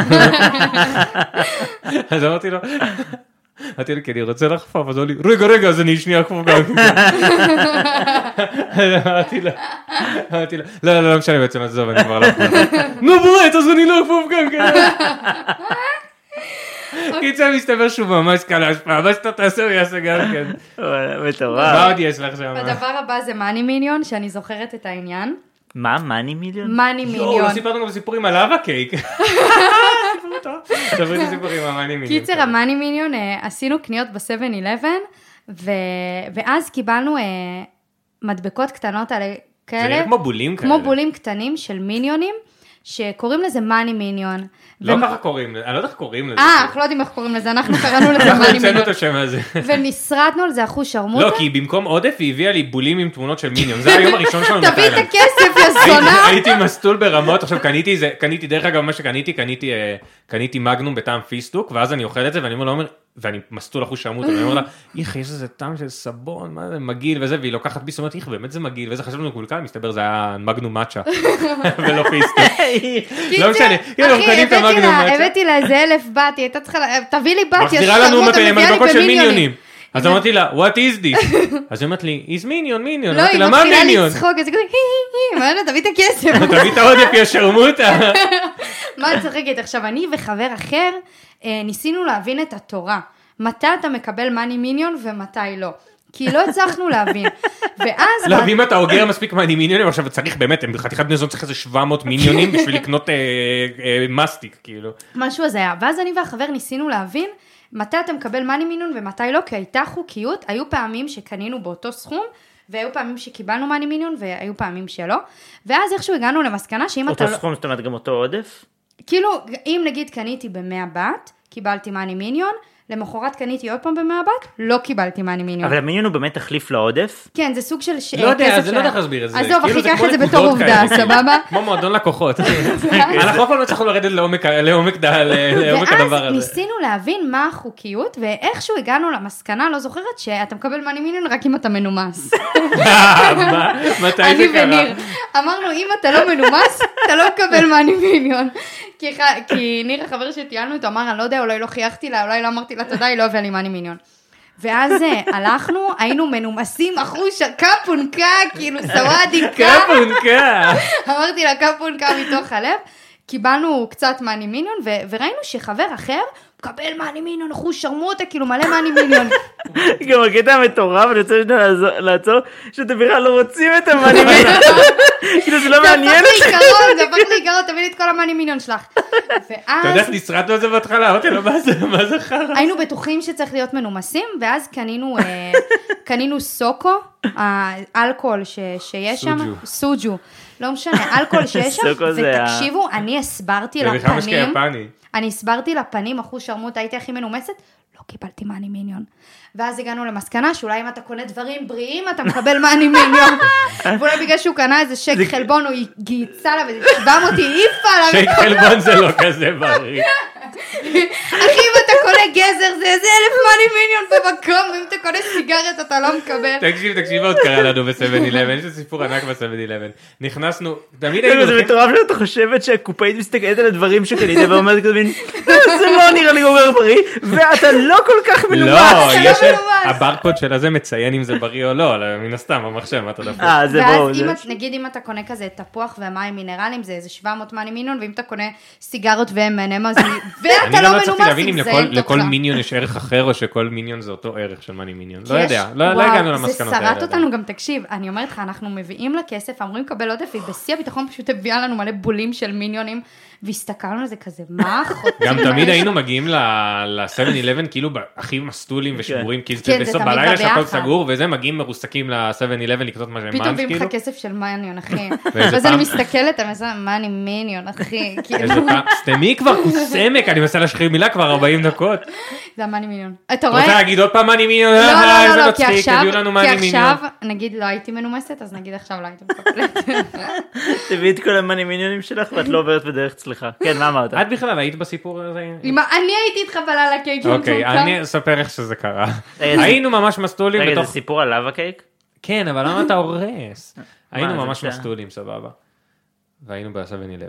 [SPEAKER 1] אז אמרתי לו, אמרתי לו, כי אני רוצה לחפוף, אז הוא אמר לי, רגע, רגע, אז אני שנייה אחפוף גם. אז אמרתי לו, אמרתי לו, לא, לא, לא משנה בעצם, עזוב, אני כבר לא אחפוף. נו, בולט, אז אני לא אחפוף גם כן. קיצר, מסתבר שהוא ממש קל ההשפעה, מה שאתה תעשה הוא יעשה גם כן.
[SPEAKER 2] וואלה,
[SPEAKER 1] מה
[SPEAKER 2] מטורף.
[SPEAKER 1] עוד יש לך שם?
[SPEAKER 3] הדבר הבא זה מאני מיניון, שאני זוכרת את העניין.
[SPEAKER 2] מה, מאני מיליון?
[SPEAKER 3] מאני
[SPEAKER 1] יואו, לא
[SPEAKER 3] מיניון.
[SPEAKER 1] סיפרנו גם סיפור עם הלאווה קייק. סיפור טוב. תספרי לי סיפור עם המאני מיליון.
[SPEAKER 3] קיצר, המאני מיניון, אה, עשינו קניות ב-7-11, ו- ואז קיבלנו אה, מדבקות קטנות על
[SPEAKER 1] זה
[SPEAKER 3] כאלה,
[SPEAKER 1] נראה כמו בולים כאלה.
[SPEAKER 3] כמו בולים קטנים של מיניונים, שקוראים לזה מאני מיניון.
[SPEAKER 1] לא
[SPEAKER 3] ו-
[SPEAKER 1] ככה קוראים לזה, אני לא יודע איך קוראים לזה.
[SPEAKER 3] אה, אנחנו לא יודעים איך קוראים לזה, אנחנו קראנו לזה
[SPEAKER 1] אנחנו
[SPEAKER 3] מאני
[SPEAKER 1] המצאנו
[SPEAKER 3] מיניון.
[SPEAKER 1] את השם הזה.
[SPEAKER 3] ונסרטנו על זה אחוז שרמוטה.
[SPEAKER 1] לא, כי במקום עודף היא הביאה לי בולים עם תמונות של מיניון. זה היום הראשון שלנו
[SPEAKER 3] תביא את
[SPEAKER 1] בתאילנד.
[SPEAKER 3] הכסף, יא זונה.
[SPEAKER 1] הייתי מסטול ברמות, עכשיו קניתי זה, קניתי, דרך אגב, מה שקניתי, קניתי, אה, קניתי מגנום בטעם פיסטוק, ואז אני אוכל את זה, ואני אומר לה, אומר- ואני מסטול אחוז שרמוט, ואני אומר לה, איך, יש איזה טעם של סבון, מה זה, מגעיל וזה, והיא לוקחת ביס, אומרת, איך, באמת זה מגעיל, וזה חשבנו מקולקל, מסתבר זה היה מגנום מאצ'ה, ולא פיסטוק. לא משנה,
[SPEAKER 3] קיצר,
[SPEAKER 1] הנה, אנחנו קונים את
[SPEAKER 3] אחי, הבאתי
[SPEAKER 1] המגנום
[SPEAKER 3] לה-
[SPEAKER 1] מאצ'ה.
[SPEAKER 3] הבאתי לה איזה אלף בת, היא הייתה צריכה, לה- תביא לי בת,
[SPEAKER 1] מחזירה לנו
[SPEAKER 3] שרמוטה, מביאה לי
[SPEAKER 1] מדבקות של מיניונים.
[SPEAKER 3] במיניונים.
[SPEAKER 1] אז אמרתי לה, what is this? אז היא אומרת לי, is מיניון, מיניון.
[SPEAKER 3] לא,
[SPEAKER 1] אמרתי
[SPEAKER 3] היא
[SPEAKER 1] לה, מה
[SPEAKER 3] מתחילה
[SPEAKER 1] מיניון?
[SPEAKER 3] לצחוק, איזה כזה, "הי, הי, הי", אמרתי לה, תביא את הכסף.
[SPEAKER 1] תביא את העודף, יא שרמוטה.
[SPEAKER 3] מה את צוחקת? עכשיו, אני וחבר אחר אה, ניסינו להבין את התורה. מתי אתה מקבל מאני מיניון ומתי לא. כי לא הצלחנו להבין. ואז...
[SPEAKER 1] לא, ואם אתה אוגר מספיק מאני מיניונים, עכשיו צריך באמת, הם חתיכת בני זון צריך איזה 700 מיניונים בשביל לקנות אה, אה, מסטיק, כאילו.
[SPEAKER 3] משהו הזיה. ואז אני והחבר ניסינו להבין מתי אתה מקבל מאני מינון ומתי לא, כי הייתה חוקיות, היו פעמים שקנינו באותו סכום, והיו פעמים שקיבלנו מאני מיניון והיו פעמים שלא, ואז איכשהו הגענו למסקנה שאם אתה
[SPEAKER 2] אותו
[SPEAKER 3] לא...
[SPEAKER 2] סכום, זאת אומרת גם אותו עודף?
[SPEAKER 3] כאילו, אם נגיד קניתי ב-100 בת, קיבלתי מאני מיניון, למחרת קניתי עוד פעם ב-100 בת, לא קיבלתי מאני מיניון.
[SPEAKER 2] אבל המיליון הוא באמת תחליף לעודף?
[SPEAKER 3] כן, זה סוג של... ש-
[SPEAKER 1] לא יודע,
[SPEAKER 3] כסף
[SPEAKER 1] אז אני לא יודע
[SPEAKER 3] שלהם.
[SPEAKER 1] איך להסביר את זה.
[SPEAKER 3] עזוב,
[SPEAKER 1] כאילו,
[SPEAKER 3] אחי, קח
[SPEAKER 1] כמו
[SPEAKER 3] את זה בתור
[SPEAKER 1] נקודות
[SPEAKER 3] עובדה,
[SPEAKER 1] כאלה, כאילו.
[SPEAKER 3] סבבה?
[SPEAKER 1] כמו מועדון לקוחות. אנחנו אף פעם לא הצלחנו לרדת לעומק ה- לעומק ד- לעומק הדבר
[SPEAKER 3] ואז
[SPEAKER 1] הזה.
[SPEAKER 3] ניסינו להבין מה החוקיות, ואיכשהו הגענו למסקנה, לא זוכרת, שאתה מקבל מאני מיניון רק אם אתה מנומס.
[SPEAKER 1] מה- מתי
[SPEAKER 3] אני
[SPEAKER 1] זה קרה?
[SPEAKER 3] וניר. אמרנו, אם אתה לא מנומס, אתה לא מקבל מאני מיליון. כי ח- כי ניר, החבר שטיילנו איתו, אמר, אני לא יודע, אולי לא חייכתי לה, אולי לא אמרתי לה תודה, היא לא הביאה לי מאני מיליון. ואז אה, הלכנו, היינו מנומסים, אחושה, קפונקה, כאילו סוואדיקה.
[SPEAKER 1] קפונקה.
[SPEAKER 3] אמרתי לה קפונקה מתוך הלב. קיבלנו קצת מאני מיניון, ו- וראינו שחבר אחר מקבל מאני מיניון, אחוש שרמוטה, כאילו מלא מאני מיניון.
[SPEAKER 2] גם הקטע המטורף, אני רוצה שנייה לעזור- לעצור, שאתם בכלל לא רוצים את המאנימים. כאילו זה לא מעניין
[SPEAKER 3] זה
[SPEAKER 2] אתכם.
[SPEAKER 3] הפך לעיקרון, זה הפך לעיקרון, תביא לי את כל המאני מיניון שלך.
[SPEAKER 1] אתה יודע איך
[SPEAKER 3] ואז
[SPEAKER 1] נסרטנו על זה בהתחלה? אמרתי לו, מה זה, מה זה חרא?
[SPEAKER 3] היינו בטוחים שצריך להיות מנומסים, ואז קנינו, אה, קנינו סוקו, האלכוהול ש- שיש שם,
[SPEAKER 1] סוג'ו.
[SPEAKER 3] סוג'ו, לא משנה, אלכוהול שיש שם,
[SPEAKER 2] סוקו זה ה-
[SPEAKER 3] ותקשיבו, אני הסברתי
[SPEAKER 1] זה בכלל משקה
[SPEAKER 3] לפנים,
[SPEAKER 1] יפני.
[SPEAKER 3] אני הסברתי לפנים, אחוז שרמוט, הייתי הכי מנומסת, לא קיבלתי מאני מיניון. ואז הגענו למסקנה שאולי אם אתה קונה דברים בריאים, אתה מקבל מאני מיניון. ואולי בגלל שהוא קנה איזה שק
[SPEAKER 2] זה-
[SPEAKER 3] חלבון, הוא גייצה לה וזה 700 העיפה לה.
[SPEAKER 1] שייק חלבון זה לא כזה בריא.
[SPEAKER 3] אחי, אם אתה קונה גזר, זה איזה אלף מאני מיניון במקום, ואם אתה קונה סיגרת, אתה לא מקבל.
[SPEAKER 1] תקשיב, תקשיב, מה עוד קרה לנו ב-7-11, יש לי סיפור ענק ב-7-11. נכנסנו, תמיד היינו...
[SPEAKER 2] כאילו, זה
[SPEAKER 1] הולכים-
[SPEAKER 2] מטורף שאתה חושבת שהקופאית מסתכלת על הדברים שקנית ואומרת כזה מין, "אה, זה לא נראה לי גומר בריא, ואתה לא כל כך
[SPEAKER 1] לא,
[SPEAKER 2] מנומס.
[SPEAKER 3] אתה לא
[SPEAKER 1] יש...
[SPEAKER 3] מנומס.
[SPEAKER 1] הברקוד של הזה מציין אם זה בריא או לא, אבל מן הסתם, המחשב, מה אתה דפוק?
[SPEAKER 2] אה, זה ברור.
[SPEAKER 3] ואז
[SPEAKER 2] זה-
[SPEAKER 3] אם, את- נגיד אם אתה קונה כזה תפוח ומים מינרלים, זה איזה 700 מאני מיניון, ואם אתה קונה סיגרות ו-M&M, אז...
[SPEAKER 1] אני
[SPEAKER 3] ואתה
[SPEAKER 1] גם
[SPEAKER 3] לא
[SPEAKER 1] לא הצלחתי
[SPEAKER 3] מנומס
[SPEAKER 1] להבין אם
[SPEAKER 3] עם זה,
[SPEAKER 1] לכל-
[SPEAKER 3] אין
[SPEAKER 1] לכל
[SPEAKER 3] תוצאה.
[SPEAKER 1] מיניון יש ערך אחר, או שכל מיניון זה אותו ערך של מאני מיניון. לא
[SPEAKER 3] כי
[SPEAKER 1] יודע,
[SPEAKER 3] יש-
[SPEAKER 1] לא לא
[SPEAKER 3] וואו,
[SPEAKER 1] הגענו למסקנות האלה.
[SPEAKER 3] זה שרט אותנו גם, תקשיב, אני אומרת לך, אנחנו מביאים לה כסף, אמורים לקבל עודף, והיא בשיא הביטחון פשוט הביאה לנו מלא בולים של מיניונים, והסתכלנו על זה כזה, מה אחותי?
[SPEAKER 1] גם
[SPEAKER 3] מה
[SPEAKER 1] תמיד
[SPEAKER 3] יש
[SPEAKER 1] היינו מגיעים ל-7-11 כאילו ב- הכי מסטולים ושבורים, כי זה
[SPEAKER 3] כן, זה
[SPEAKER 1] בסוף
[SPEAKER 3] תמיד
[SPEAKER 1] בלילה
[SPEAKER 3] בא
[SPEAKER 1] שהכל
[SPEAKER 3] ביחד.
[SPEAKER 1] סגור, וזה מגיעים מרוסקים ל-7-11 לקנות מה שהם
[SPEAKER 3] פתאום
[SPEAKER 1] מאנס,
[SPEAKER 3] מביאים
[SPEAKER 1] כאילו.
[SPEAKER 3] לך כסף של מניון, אחי.
[SPEAKER 1] ואיזה
[SPEAKER 3] ואז אני
[SPEAKER 1] פעם-
[SPEAKER 3] מסתכלת, אני עושה, מה אני מיניון, אחי?
[SPEAKER 1] איזה
[SPEAKER 3] כאילו,
[SPEAKER 1] פעם, סתמי כבר, קוסמק, אני מנסה להשחיר מילה כבר 40 דקות.
[SPEAKER 3] זה המאני מיניון. אתה רואה?
[SPEAKER 1] רוצה להגיד עוד פעם מאני מיניון?
[SPEAKER 3] לא,
[SPEAKER 1] אה,
[SPEAKER 3] לא,
[SPEAKER 1] איזה
[SPEAKER 3] לא, לא, כי
[SPEAKER 1] מצחיק,
[SPEAKER 3] עכשיו,
[SPEAKER 1] תביאו לנו
[SPEAKER 3] כי
[SPEAKER 1] מאני מיניון.
[SPEAKER 3] עכשיו, נגיד לא הייתי מנומסת, אז נגיד עכשיו לא הייתי מקבלת.
[SPEAKER 2] תביאי את כל המאני מיניונים שלך ואת לא עוברת בדרך צליחה. כן, מה אמרת?
[SPEAKER 1] את בכלל היית בסיפור הזה?
[SPEAKER 3] עם ה- אני הייתי איתך בלילה, כי הייתי
[SPEAKER 1] אוקיי,
[SPEAKER 3] מצומצם.
[SPEAKER 1] אני אספר איך שזה קרה.
[SPEAKER 2] רגע, זה-
[SPEAKER 1] היינו ממש מסטולים
[SPEAKER 2] אה, רגע, זה
[SPEAKER 1] בתוך...
[SPEAKER 2] סיפור על לבה קייק?
[SPEAKER 1] כן, אבל למה אתה הורס?
[SPEAKER 2] מה, זה
[SPEAKER 1] היינו ממש
[SPEAKER 2] בסדר.
[SPEAKER 1] מסטולים, סבבה. והיינו ב-7-11.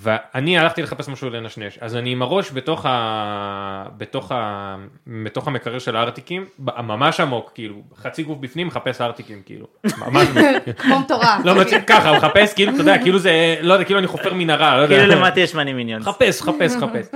[SPEAKER 1] ואני הלכתי לחפש משהו לנשנש, אז אני עם הראש בתוך, ה... בתוך, ה... בתוך המקרר של הארטיקים, ב- ממש עמוק, כאילו, חצי גוף בפנים מחפש הארטיקים, כאילו, ממש,
[SPEAKER 3] כמו מטורף.
[SPEAKER 1] לא מצליח ככה, מחפש, כאילו, אתה יודע, כאילו זה, לא יודע, כאילו אני חופר מנהרה, לא יודע.
[SPEAKER 2] כאילו למטה יש מאני מיניון.
[SPEAKER 1] חפש, חפש, חפש.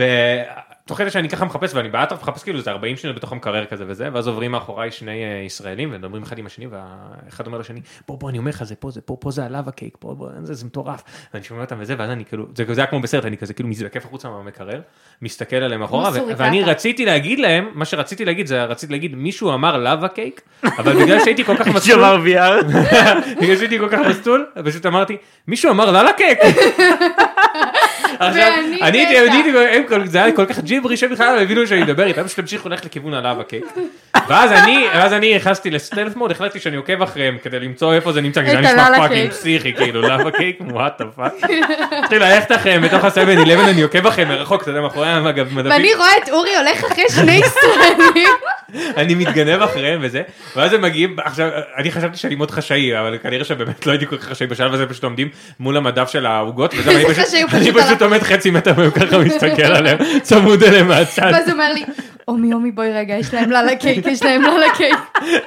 [SPEAKER 1] ותוך כדי שאני ככה מחפש ואני באטרף מחפש כאילו איזה 40 שניות בתוך המקרר כזה וזה, ואז עוברים מאחוריי שני אה, ישראלים ומדברים אחד עם השני, והאחד אומר לשני, בוא בוא אני אומר לך זה פה זה פה פה זה הלאווה קייק, פה בוא, זה, זה מטורף. ואני שומע אותם וזה, ואז אני כאילו, זה, זה היה כמו בסרט, אני כזה כאילו מזדקף החוצה מהמקרר, מסתכל עליהם אחורה, ו-
[SPEAKER 3] סוריקטה.
[SPEAKER 1] ואני רציתי להגיד להם, מה שרציתי להגיד זה רציתי להגיד מישהו אמר לאווה קייק, אבל בגלל שהייתי כל כך מסלול,
[SPEAKER 2] שמר VR.
[SPEAKER 1] בגלל שהייתי כל כך מסטול, פשוט אמרתי, מישהו אמר לה לקק. עכשיו,
[SPEAKER 3] ואני
[SPEAKER 1] אני הייתי,
[SPEAKER 3] בטח.
[SPEAKER 1] אני הייתי, הם כל- זה היה כל כך ג'יברי שבכלל לא הבינו שאני מדבר איתם, פשוט המשיכו ללכת לכיוון עליו הקק. ואז אני, ואז אני נכנסתי לסטלף מוד, החלטתי שאני עוקב אחריהם כדי למצוא איפה זה נמצא, כי זה היה
[SPEAKER 3] את
[SPEAKER 1] נשמע
[SPEAKER 3] הלאלה
[SPEAKER 1] פאקינג
[SPEAKER 3] קייק.
[SPEAKER 1] פסיכי, כאילו, לאווה קייק, וואט דה פאק. התחיל ללכת אחריהם בתוך הסבן אילבן, אני עוקב אחריהם מרחוק, אתה יודע, מאחורי המדפים.
[SPEAKER 3] ואני רואה את אורי הולך אחרי שני ישראלים.
[SPEAKER 1] אני מתגנב אחריהם וזה, ואז הם מגיעים, עכשיו, אני חשבתי שאני מאוד חשאי, אבל כנראה שבאמת לא הייתי כל כך חשאי בשלב הזה, פשוט עומדים מול המדף של העוגות, וזה אני
[SPEAKER 3] זה שהיו
[SPEAKER 1] פשוט,
[SPEAKER 3] פשוט
[SPEAKER 1] אני
[SPEAKER 3] על
[SPEAKER 1] פשוט עומד חצי מטר מהם ככה מסתכל עליהם, צמוד אליהם מהצד,
[SPEAKER 3] ואז הוא אומר לי, אומי אומי בואי רגע, יש להם ללה קייק, יש להם ללה קייק.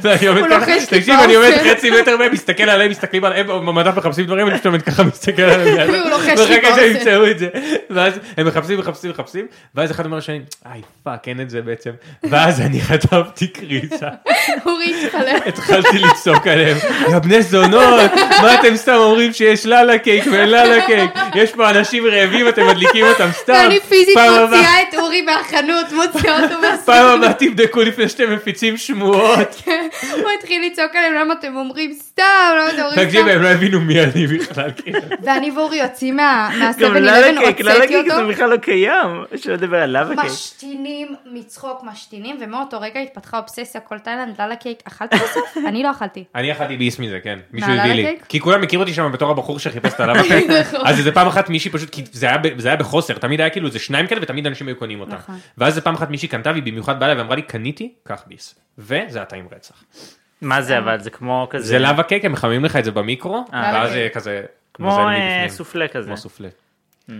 [SPEAKER 1] ואני עומד
[SPEAKER 3] הוא
[SPEAKER 1] ככה,
[SPEAKER 3] לוחש לי
[SPEAKER 1] תקשיב, אני עומד
[SPEAKER 3] באוזן.
[SPEAKER 1] חצי מטר מהם, מסתכל עליהם, מסתכלים עליהם במדף מחפשים דברים, אני פשוט עומד ככה מסתכל עליהם,
[SPEAKER 3] והוא לוחש לי
[SPEAKER 1] מחכה
[SPEAKER 3] באוזן.
[SPEAKER 1] שהם ימצאו את זה, ואז הם מחפשים, מחפשים, מחפשים, ואז אחד אומר לשני, איי פאק, אין את זה בעצם, ואז אני חטפתי קריצה.
[SPEAKER 3] אורי התחלף.
[SPEAKER 1] התחלתי לצעוק עליהם, יא בני זונות, מה אתם סתם אומרים שיש ללה קייק ואין ללה קייק? יש פה אנשים רעבים, אתם מדליקים אותם סתם.
[SPEAKER 3] ואני פיזית
[SPEAKER 1] פעם הבאה-
[SPEAKER 3] מוציאה את אורי מהחנות, מוציאה אותו
[SPEAKER 1] פעם
[SPEAKER 3] מהסוף.
[SPEAKER 1] הבאה תבדקו לפני שאתם מפיצים שמועות.
[SPEAKER 3] הוא התחיל לצעוק עליהם, למה אתם אומרים סתם, למה אתם אומרים
[SPEAKER 1] תקשיב,
[SPEAKER 3] סתם.
[SPEAKER 1] הם לא הבינו מי אני בכלל. כאילו.
[SPEAKER 3] ואני ואורי יוצאים
[SPEAKER 2] גם
[SPEAKER 3] מהסבן
[SPEAKER 2] ללה
[SPEAKER 3] אילבן,
[SPEAKER 2] קייק, ללה
[SPEAKER 3] הוצאתי
[SPEAKER 2] קייק
[SPEAKER 3] אותו.
[SPEAKER 2] זה בכלל לא קיים. שלא לדבר על לבה קייק.
[SPEAKER 3] משתינים מצחוק, משתינים, ומאותו רגע התפתחה אובססיה, כל תאילנד, ללה קייק, אכלת בסוף? אני לא אכלתי.
[SPEAKER 1] אני אכלתי ביס מזה, כן. מישהו
[SPEAKER 3] מהללה
[SPEAKER 1] הביא לי.
[SPEAKER 3] קייק?
[SPEAKER 1] כי כולם הכירו אותי שם בתור הבחור שחיפש את הלבה קייק.
[SPEAKER 3] נכון.
[SPEAKER 1] אז איזה פעם אחת מישהי פשוט, כי זה היה ב- זה היה בחוסר, תמיד היה כאילו איזה שניים כאלה ותמיד אנשים היו קונים אותם.
[SPEAKER 3] נכון.
[SPEAKER 1] ואז איזה פעם אחת מישהי קנתה והיא במיוחד באה אליי ואמרה לי, קניתי, קח ביס. וזה היה טעים רצח.
[SPEAKER 2] מה זה אבל? זה כמו כזה.
[SPEAKER 1] זה לאווה קייק, הם מחממים לך את זה במיקרו,
[SPEAKER 2] אה.
[SPEAKER 1] ואז
[SPEAKER 3] אוקיי.
[SPEAKER 1] זה כזה...
[SPEAKER 2] כמו
[SPEAKER 1] נוזל
[SPEAKER 2] אה,
[SPEAKER 1] מבפנים.
[SPEAKER 2] סופלה כזה. Mm.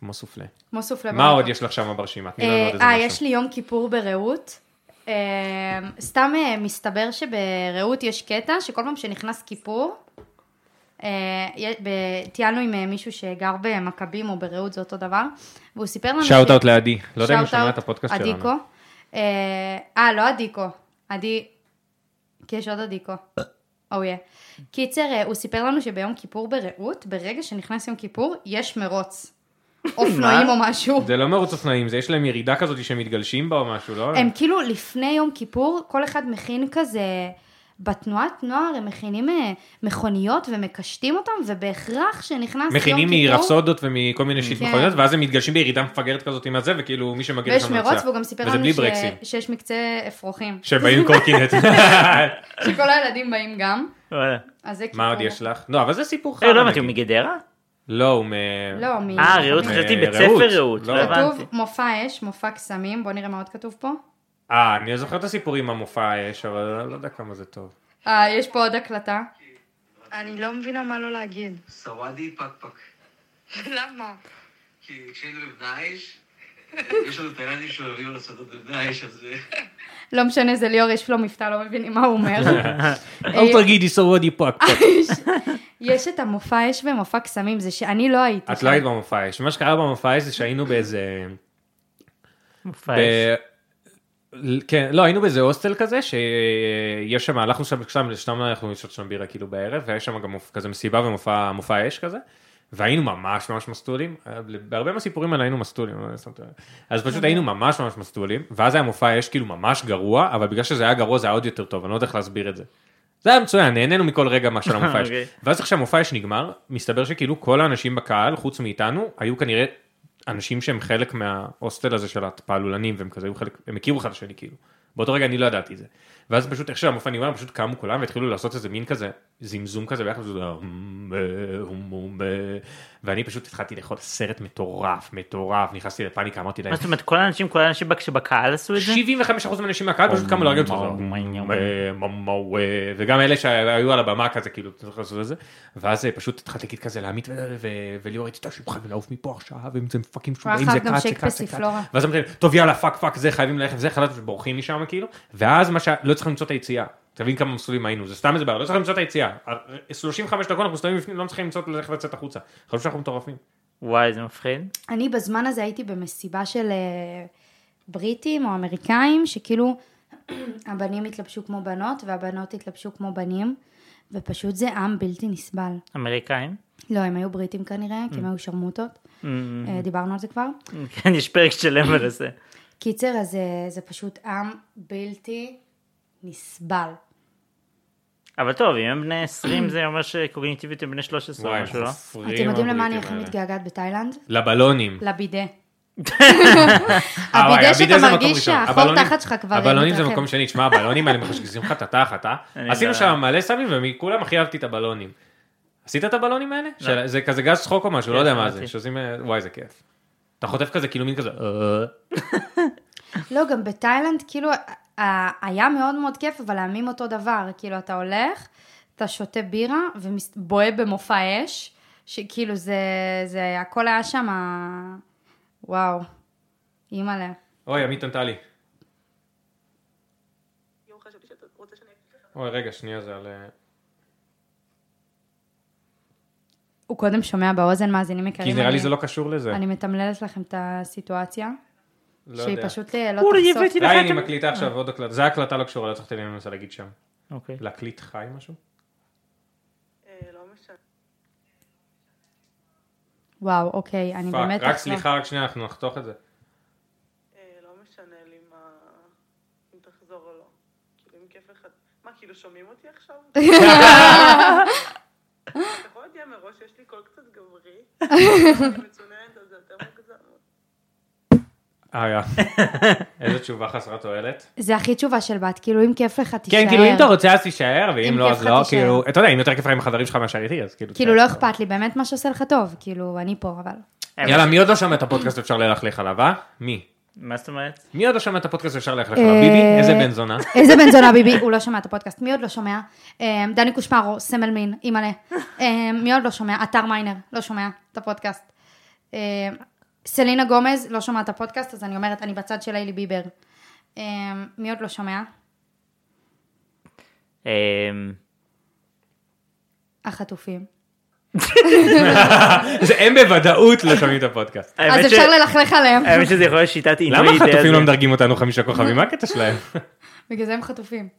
[SPEAKER 1] כמו סופלה. כמו סופלה.
[SPEAKER 3] כמו סופלה.
[SPEAKER 1] מה עוד יש לך שם ברשימה? תני לנו עוד איזה
[SPEAKER 3] אה,
[SPEAKER 1] משהו.
[SPEAKER 3] יש לי יום כיפור ברעות. אמ, סתם אה, מסתבר שברעות יש קטע שכל פעם שנכנס כיפור, אה, י- ב- טיילנו עם אה, מישהו שגר במכבים או ברעות זה אותו דבר, והוא סיפר לנו...
[SPEAKER 1] שאוט
[SPEAKER 3] ש-
[SPEAKER 1] אאוט לעדי, לא יודע אם הוא
[SPEAKER 3] Shout
[SPEAKER 1] שמע
[SPEAKER 3] out,
[SPEAKER 1] את הפודקאסט שלנו.
[SPEAKER 3] עדיקו. אה, אה, לא עדיקו, עדי... כי יש עוד עדיקו. אויה. קיצר, אה, הוא סיפר לנו שביום כיפור ברעות, ברגע שנכנס יום כיפור, יש מרוץ. אופנועים או משהו.
[SPEAKER 1] זה לא מרוץ אופנועים, זה יש להם ירידה כזאת שמתגלשים בה או משהו, לא?
[SPEAKER 3] הם כאילו לפני יום כיפור, כל אחד מכין כזה, בתנועת נוער הם מכינים אה, מכוניות ומקשטים אותם, ובהכרח שנכנס יום כיפור,
[SPEAKER 1] מכינים מרפסודות ומכל
[SPEAKER 2] Mm.
[SPEAKER 1] מיני שיט
[SPEAKER 3] כן.
[SPEAKER 1] מכוניות, ואז הם מתגלשים בירידה מפגרת כזאת עם הזה, וכאילו מי שמגיע
[SPEAKER 3] ויש
[SPEAKER 1] לשם
[SPEAKER 3] מרוץ, והוא גם סיפר
[SPEAKER 1] וזה בלי
[SPEAKER 3] לנו ש...
[SPEAKER 1] ברקסים.
[SPEAKER 3] שיש מקצה אפרוחים,
[SPEAKER 1] שבאים עם קורקינט.
[SPEAKER 3] שכל הילדים באים גם,
[SPEAKER 2] וואלה.
[SPEAKER 3] אז זה כאילו כיפור.
[SPEAKER 1] מה עוד יש לך? לא, אבל זה סיפור חרא.
[SPEAKER 2] אה, לא הבנתי,
[SPEAKER 1] נגיד.
[SPEAKER 2] הוא מגדרה?
[SPEAKER 1] לא, הוא מ...
[SPEAKER 3] לא, מ...
[SPEAKER 2] אה, רעות
[SPEAKER 1] מ-
[SPEAKER 2] חשבתי בית
[SPEAKER 1] רעות.
[SPEAKER 2] ספר רעות,
[SPEAKER 1] לא.
[SPEAKER 2] לא הבנתי.
[SPEAKER 3] כתוב מופע אש, מופע קסמים, בוא נראה מה עוד כתוב פה.
[SPEAKER 1] אה, אני זוכר את הסיפור עם המופע האש, אבל לא יודע כמה זה טוב.
[SPEAKER 3] אה, יש פה עוד הקלטה.
[SPEAKER 4] אני לא מבינה מה לא להגיד.
[SPEAKER 5] סוואדי פקפק.
[SPEAKER 4] למה?
[SPEAKER 5] כי כשהיינו בבני-אש, יש לנו תאילנדים שאוהבים לעשות את בבני-אש, אז... אה,
[SPEAKER 3] לא משנה, זה ליאור, יש לו מבטא, לא מבינים מה הוא אומר.
[SPEAKER 1] אל תגידי סורודי פאק.
[SPEAKER 3] יש את המופע אש ומופע קסמים, זה שאני לא הייתי.
[SPEAKER 1] את לא היית במופע האש. מה שקרה במופע האש זה שהיינו באיזה...
[SPEAKER 2] מופע
[SPEAKER 1] ב-
[SPEAKER 2] יש.
[SPEAKER 1] ל- כן, לא, היינו באיזה הוסטל כזה, שיש שם, הלכנו שם, שם, שם הלכנו לשתות שם בירה כאילו בערב, והיה שם גם מופ- כזה מסיבה ומופע מופע אש כזה, והיינו ממש ממש מסטולים, בהרבה מהסיפורים האלה היינו מסטולים, לא שמתי לב. אז פשוט היינו ממש ממש מסטולים, ואז היה מופע אש כאילו ממש גרוע, אבל בגלל שזה היה גרוע זה היה עוד יותר טוב, אני לא יודע איך להסביר את זה. זה היה מצוין, נהנינו מכל רגע מה של המופע אש.
[SPEAKER 2] אוקיי.
[SPEAKER 1] ואז עכשיו המופע אש נגמר, מסתבר שכאילו כל האנשים בקהל, חוץ מאיתנו, היו כנראה אנשים שהם חלק מההוסטל הזה של הפעלולנים, והם כזה היו חלק, הם הכירו אחד את השני כאילו. באותו רגע אני לא ידעתי את זה. ואז פשוט איך שהמופע נגמר, הם פשוט קמו כולם והתחילו לעשות איזה מין כזה זמזום כזה ביחד, וזה היה, "מ, אה, הום, הום, אה." ואני פשוט התחלתי לאכול סרט מטורף, מטורף, נכנסתי לפאניקה, אמרתי להם,
[SPEAKER 2] מה זאת אומרת, כל האנשים, כל האנשים בק- שבקהל עשו את זה?
[SPEAKER 1] 75% מהאנשים מהקהל פשוט קמו לרגל שלו. אה, וגם אלה שהיו על הבמה כזה כאילו אתה זוכר לעשות את זה ואז אה, פשוט התחלתי להגיד כזה לעמית ו- ו- וליאור הייתי טוב חייבים לעוף מפה עכשיו ואם זה פאקינג
[SPEAKER 3] הוא היה
[SPEAKER 1] שומעים זה
[SPEAKER 3] חייב גם
[SPEAKER 1] קאט זה
[SPEAKER 3] שייק
[SPEAKER 1] קאט זה קאט.
[SPEAKER 3] פסיפלורה.
[SPEAKER 1] ואז אמרתי להם, טוב יאללה פאק פאק זה חייבים ללכת זה חלטנו שבורחים משם כאילו ואז מה ש... לא צריך למצוא את היציאה. תבין כמה מסלולים היינו זה סתם איזה בעיה לא צריך למצוא את היציאה. 35 דקות אנחנו מסתובבים בפנים לא צריכים למצוא ללכת לצאת החוצה. חשבו שאנחנו מטורפים.
[SPEAKER 2] וואי, זה מפחיד.
[SPEAKER 3] אני בזמן הזה הייתי במסיבה של אה, בריטים או אמריקאים, שכאילו הבנים התלבשו כמו בנות והבנות התלבשו כמו בנים, ופשוט זה עם בלתי נסבל.
[SPEAKER 2] אמריקאים?
[SPEAKER 3] לא, הם היו בריטים כנראה, כי הם
[SPEAKER 1] Mm.
[SPEAKER 3] היו שרמוטות, אה, דיברנו על זה כבר.
[SPEAKER 2] כן, יש פרק שלם על זה.
[SPEAKER 3] קיצר, אז אה, זה פשוט עם בלתי נסבל.
[SPEAKER 2] אבל טוב, אם הם בני 20 זה אומר שקוגניטיבית הם בני 13 או משהו, לא?
[SPEAKER 3] אתם יודעים למה אני הכי מתגעגעת בתאילנד?
[SPEAKER 1] לבלונים.
[SPEAKER 3] לבידה.
[SPEAKER 1] אה, וואי,
[SPEAKER 3] הבידה שאתה
[SPEAKER 1] זה מקום
[SPEAKER 3] מרגיש
[SPEAKER 1] ראשון.
[SPEAKER 3] שהחור
[SPEAKER 1] הבלונים-
[SPEAKER 3] תחת שלך כבר אה,
[SPEAKER 1] הבלונים לא זה
[SPEAKER 3] מתרחב.
[SPEAKER 1] מקום שני, תשמע, הבלונים האלה מחשגזים לך את התחת, אה?
[SPEAKER 2] אני
[SPEAKER 1] עשינו
[SPEAKER 2] יודע.
[SPEAKER 1] שם מלא סמים ומכולם הכי אהבתי את הבלונים. עשית את הבלונים האלה?
[SPEAKER 3] לא.
[SPEAKER 1] של- זה כזה גז צחוק או
[SPEAKER 3] כן,
[SPEAKER 1] משהו, לא יודע מה זה,
[SPEAKER 2] שמעתי.
[SPEAKER 1] שעושים, אה, וואי זה כיף. אתה חוטף כזה כאילו מין כזה, אה,
[SPEAKER 3] לא, גם בתאילנד, כאילו, ה- היה מאוד מאוד כיף, אבל העמים אותו דבר. כאילו, אתה הולך, אתה שותה בירה ובוהה במופע אש, שכאילו, זה, זה, הכל היה שם, ה- וואו, אימא'לה.
[SPEAKER 1] אוי עמית ענתה לי. אוי רגע שנייה זה על... אה,
[SPEAKER 3] כן, הוא קודם שומע באוזן, מאזינים יקרים.
[SPEAKER 1] כי נראה לי
[SPEAKER 3] אני-
[SPEAKER 1] זה לא קשור לזה.
[SPEAKER 3] אני מתמללת לכם את הסיטואציה,
[SPEAKER 1] לא
[SPEAKER 3] שהיא
[SPEAKER 1] יודע.
[SPEAKER 3] פשוט אה, לא
[SPEAKER 2] אורי,
[SPEAKER 3] תחשוף.
[SPEAKER 2] הבאתי-
[SPEAKER 1] די אני
[SPEAKER 2] לחתם.
[SPEAKER 1] מקליטה עכשיו עוד הקלטה, זה הקלטה לא קשורה, לא הצלחתי לנסות להגיד שם.
[SPEAKER 2] אוקיי.
[SPEAKER 1] להקליט חי משהו?
[SPEAKER 6] אה, לא
[SPEAKER 3] וואו, אוקיי, אני
[SPEAKER 1] פאק,
[SPEAKER 3] באמת...
[SPEAKER 1] רק
[SPEAKER 3] אחזור.
[SPEAKER 1] סליחה, רק שנייה, אנחנו נחתוך את זה.
[SPEAKER 6] אה, לא משנה לי מה... אם תחזור או לא. כאילו, אם כיף לך... מה, כאילו שומעים אותי עכשיו? אתה יכול להודיע מראש, יש לי קול קצת גברי. אני מצוננת, אז זה יותר מוגזם.
[SPEAKER 1] אה, יא. איזו תשובה חסרת תועלת.
[SPEAKER 3] זה הכי תשובה של בת, כאילו, אם כיף לך, תישאר.
[SPEAKER 1] כן, כאילו אם אתה רוצה אז תישאר, ואם
[SPEAKER 3] אם
[SPEAKER 1] לא
[SPEAKER 3] כיף
[SPEAKER 1] אז
[SPEAKER 3] לך,
[SPEAKER 1] לא,
[SPEAKER 3] תישאר.
[SPEAKER 1] כאילו, אתה יודע, אם יותר כיף לך עם החברים שלך מאשר איתי, אז כאילו...
[SPEAKER 3] כאילו, לא
[SPEAKER 1] תישאר.
[SPEAKER 3] אכפת לי, באמת מה שעושה לך טוב, כאילו, אני פה, אבל...
[SPEAKER 1] יאללה, מי עוד לא שומע את הפודקאסט אפשר ללכלך עליו, אה? מי?
[SPEAKER 2] מה זאת אומרת?
[SPEAKER 1] מי עוד לא שומע את הפודקאסט אפשר ללכלך
[SPEAKER 3] אה,
[SPEAKER 1] עליו? ביבי? איזה בן זונה.
[SPEAKER 3] איזה בן זונה ביבי, הוא לא שומע את הפודקאסט, מי עוד לא שומע? אה, דני קושמרו, סמל מין, אימא'לה. אה, מי עוד לא שומע? אתר מיינר, לא שומע את הפודקאסט. אה, סלינה גומז, לא שומעת את הפודקאסט, אז אני אומרת, אני בצד של איילי ביבר. אמ, מי עוד לא שומע?
[SPEAKER 2] אמ,
[SPEAKER 3] החטופים.
[SPEAKER 1] זה- הם בוודאות לא שומעים את הפודקאסט.
[SPEAKER 2] האמת
[SPEAKER 3] אז
[SPEAKER 2] ש-
[SPEAKER 3] אפשר ללכלך עליהם,
[SPEAKER 2] האמת שזה יכול להיות שיטת עינוי.
[SPEAKER 1] למה
[SPEAKER 2] די
[SPEAKER 1] החטופים
[SPEAKER 2] הזה.
[SPEAKER 1] לא מדרגים אותנו חמישה כוכבים? מה הקטע שלהם?
[SPEAKER 3] בגלל זה הם חטופים.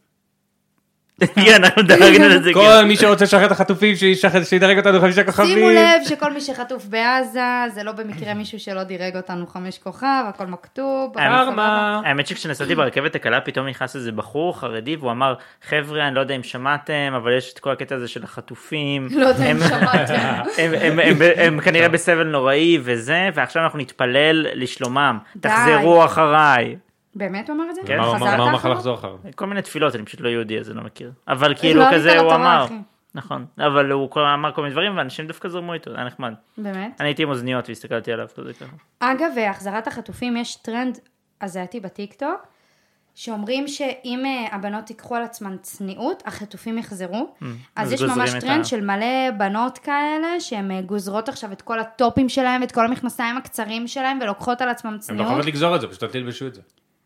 [SPEAKER 2] כן, אנחנו מדברים על זה. כן.
[SPEAKER 1] כל מי שרוצה לשחרר את החטופים, שישחרר- שידרג אותנו חמישה כוכבים.
[SPEAKER 3] שימו לב שכל מי שחטוף בעזה, זה לא במקרה מישהו שלא דירג אותנו חמש כוכב, הכל מכתוב. הכל סבבה.
[SPEAKER 1] קרמה.
[SPEAKER 2] האמת שכשנסעתי ברכבת הקלה פתאום נכנס איזה בחור חרדי והוא אמר חבר'ה אני לא יודע אם שמעתם אבל יש את כל הקטע הזה של החטופים.
[SPEAKER 3] לא יודע אם
[SPEAKER 2] הם-
[SPEAKER 3] שמעתם.
[SPEAKER 2] הם, הם, הם, הם כנראה בסבל נוראי וזה ועכשיו אנחנו נתפלל לשלומם
[SPEAKER 3] די.
[SPEAKER 2] תחזרו אחריי
[SPEAKER 3] באמת הוא אמר את זה?
[SPEAKER 2] כן,
[SPEAKER 1] מה הוא אמר?
[SPEAKER 3] חזרת
[SPEAKER 1] מה הוא אמר לך
[SPEAKER 3] אחריו?
[SPEAKER 1] לחזור אחריו?
[SPEAKER 2] כל מיני תפילות אני פשוט לא יהודי אז אני לא מכיר אבל כאילו
[SPEAKER 3] עלית
[SPEAKER 2] כזה הוא
[SPEAKER 3] לתורה,
[SPEAKER 2] אמר
[SPEAKER 3] אחי.
[SPEAKER 2] נכון אבל הוא כל- אמר כל מיני דברים ואנשים דווקא זרמו איתו זה היה נחמד
[SPEAKER 3] באמת?
[SPEAKER 2] אני הייתי עם אוזניות והסתכלתי עליו כזה ככה
[SPEAKER 3] אגב, החזרת החטופים, יש טרנד הזייתי בטיקטוק, שאומרים שאם אה, הבנות ייקחו על עצמן צניעות, החטופים יחזרו. אז
[SPEAKER 2] אז
[SPEAKER 3] יש
[SPEAKER 2] גוזרים
[SPEAKER 3] ממש
[SPEAKER 2] את ה-
[SPEAKER 3] טרנד של מלא בנות כאלה, שהן אה, גוזרות עכשיו את כל הטופים שלהם, את כל המכנסיים הקצרים שלהם, ולוקחות על עצמן
[SPEAKER 1] הם לא
[SPEAKER 3] צניעות,
[SPEAKER 1] חייבות לגזור את זה, פשוט אל תלבשו את זה.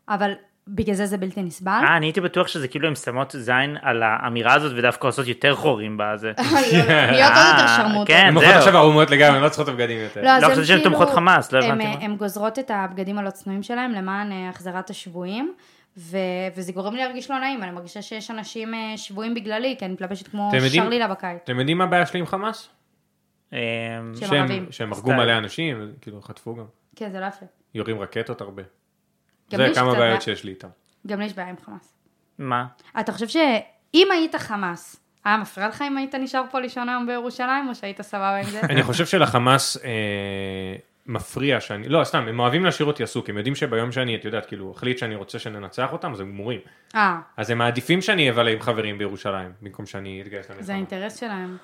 [SPEAKER 3] אבל בגלל זה זה בלתי נסבל.
[SPEAKER 2] אה אני הייתי בטוח שזה כאילו הם שמות זין על האמירה הזאת ודווקא עושות יותר חורים בזה.
[SPEAKER 3] להיות עוד יותר
[SPEAKER 2] אה,
[SPEAKER 3] שרמוטות.
[SPEAKER 2] כן,
[SPEAKER 1] הן
[SPEAKER 2] זהו.
[SPEAKER 1] הולכות עכשיו ערומות לגמרי, הן לא צריכות את הבגדים יותר.
[SPEAKER 3] אז
[SPEAKER 2] לא,
[SPEAKER 3] הם
[SPEAKER 2] חשבתי שהן
[SPEAKER 3] כאילו-
[SPEAKER 2] תומכות חמאס, לא
[SPEAKER 3] הם,
[SPEAKER 2] הבנתי
[SPEAKER 3] אה,
[SPEAKER 2] מה.
[SPEAKER 3] הם גוזרות את הבגדים הלא צנועים שלהם למען אה, החזרת השבויים, ו- וזה גורם לי להרגיש לא נעים, אני מרגישה שיש אנשים אה, שבויים בגללי, כי אני מתלבשת כמו
[SPEAKER 1] אתם יודעים-
[SPEAKER 3] שרלילה בקיץ.
[SPEAKER 1] אתם יודעים מה הבעיה שלי עם חמאס?
[SPEAKER 2] אמ,
[SPEAKER 3] שהם
[SPEAKER 1] שהם-
[SPEAKER 3] ערבים.
[SPEAKER 1] שהם הרגו
[SPEAKER 2] סטייל.
[SPEAKER 1] מלא אנשים, כאילו חטפו גם.
[SPEAKER 3] כן, זה לא יפה.
[SPEAKER 1] יורים רקטות הרבה.
[SPEAKER 3] גם
[SPEAKER 1] זה
[SPEAKER 3] לי יש
[SPEAKER 1] כמה
[SPEAKER 3] קצת בעיה.
[SPEAKER 1] בעיות שיש לי איתם.
[SPEAKER 3] גם לי יש בעיה עם חמאס.
[SPEAKER 2] מה?
[SPEAKER 3] אתה חושב שאם היית חמאס, היה מפריע לך אם היית נשאר פה לישון היום בירושלים, או שהיית סבבה עם זה?
[SPEAKER 1] אני חושב שלחמאס אה, מפריע שאני, לא, סתם, הם אוהבים להשאיר אותי עסוק, הם יודעים שביום שאני, את יודעת, כאילו, אחליט שאני רוצה שננצח אותם, אז הם גמורים.
[SPEAKER 3] אה,
[SPEAKER 1] אז הם מעדיפים שאני אבלה עם חברים בירושלים, במקום שאני אתגייס
[SPEAKER 3] זה
[SPEAKER 1] למלחמה.
[SPEAKER 3] האינטרס שלהם.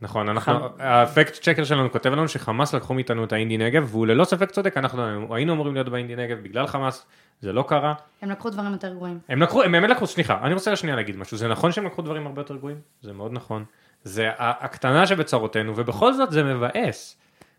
[SPEAKER 1] נכון, אנחנו, הפקט צ'קר שלנו כותב לנו שחמאס לקחו מאיתנו את האינדי נגב, והוא ללא ספק צודק, אנחנו היינו אמורים להיות באינדי נגב בגלל חמאס, זה לא קרה.
[SPEAKER 3] הם לקחו דברים יותר גרועים.
[SPEAKER 1] הם לקחו, הם באמת לקחו, סליחה, אני רוצה שנייה להגיד משהו, זה נכון שהם לקחו דברים הרבה יותר גרועים? זה מאוד נכון. זה ה- הקטנה שבצרותינו, ובכל זאת זה מבאס.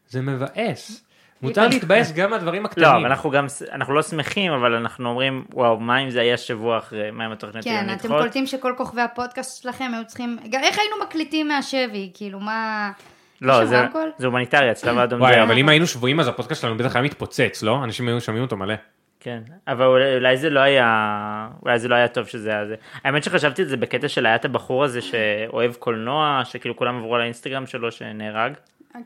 [SPEAKER 1] זה מבאס. מותר להתבאס גם מהדברים הקטנים.
[SPEAKER 2] לא, אבל אנחנו גם, ס- אנחנו לא שמחים, אבל אנחנו אומרים, וואו, מה אם זה היה שבוע אחרי, מה אם התוכנית
[SPEAKER 3] כן,
[SPEAKER 2] היום
[SPEAKER 3] אתם
[SPEAKER 2] לדחות?"
[SPEAKER 3] קולטים שכל כוכבי הפודקאסט שלכם היו צריכים... גם איך היינו מקליטים מהשבי? כאילו, מה... יש
[SPEAKER 2] לא,
[SPEAKER 3] שם
[SPEAKER 2] זה-
[SPEAKER 3] רמקול?
[SPEAKER 2] זה הומניטרי, הצלב האדום
[SPEAKER 1] וואי,
[SPEAKER 2] זה...
[SPEAKER 1] אבל אם היינו שבויים אז הפודקאסט שלנו בטח היה מתפוצץ, לא? אנשים היו שומעים אותו מלא.
[SPEAKER 2] כן, אבל אולי אולי זה לא היה, אולי זה לא היה טוב שזה היה זה. האמת שחשבתי את זה בקטע של היה את הבחור הזה שאוהב קולנוע, שכאילו כולם עברו על האינסטגרם שלו שנהרג.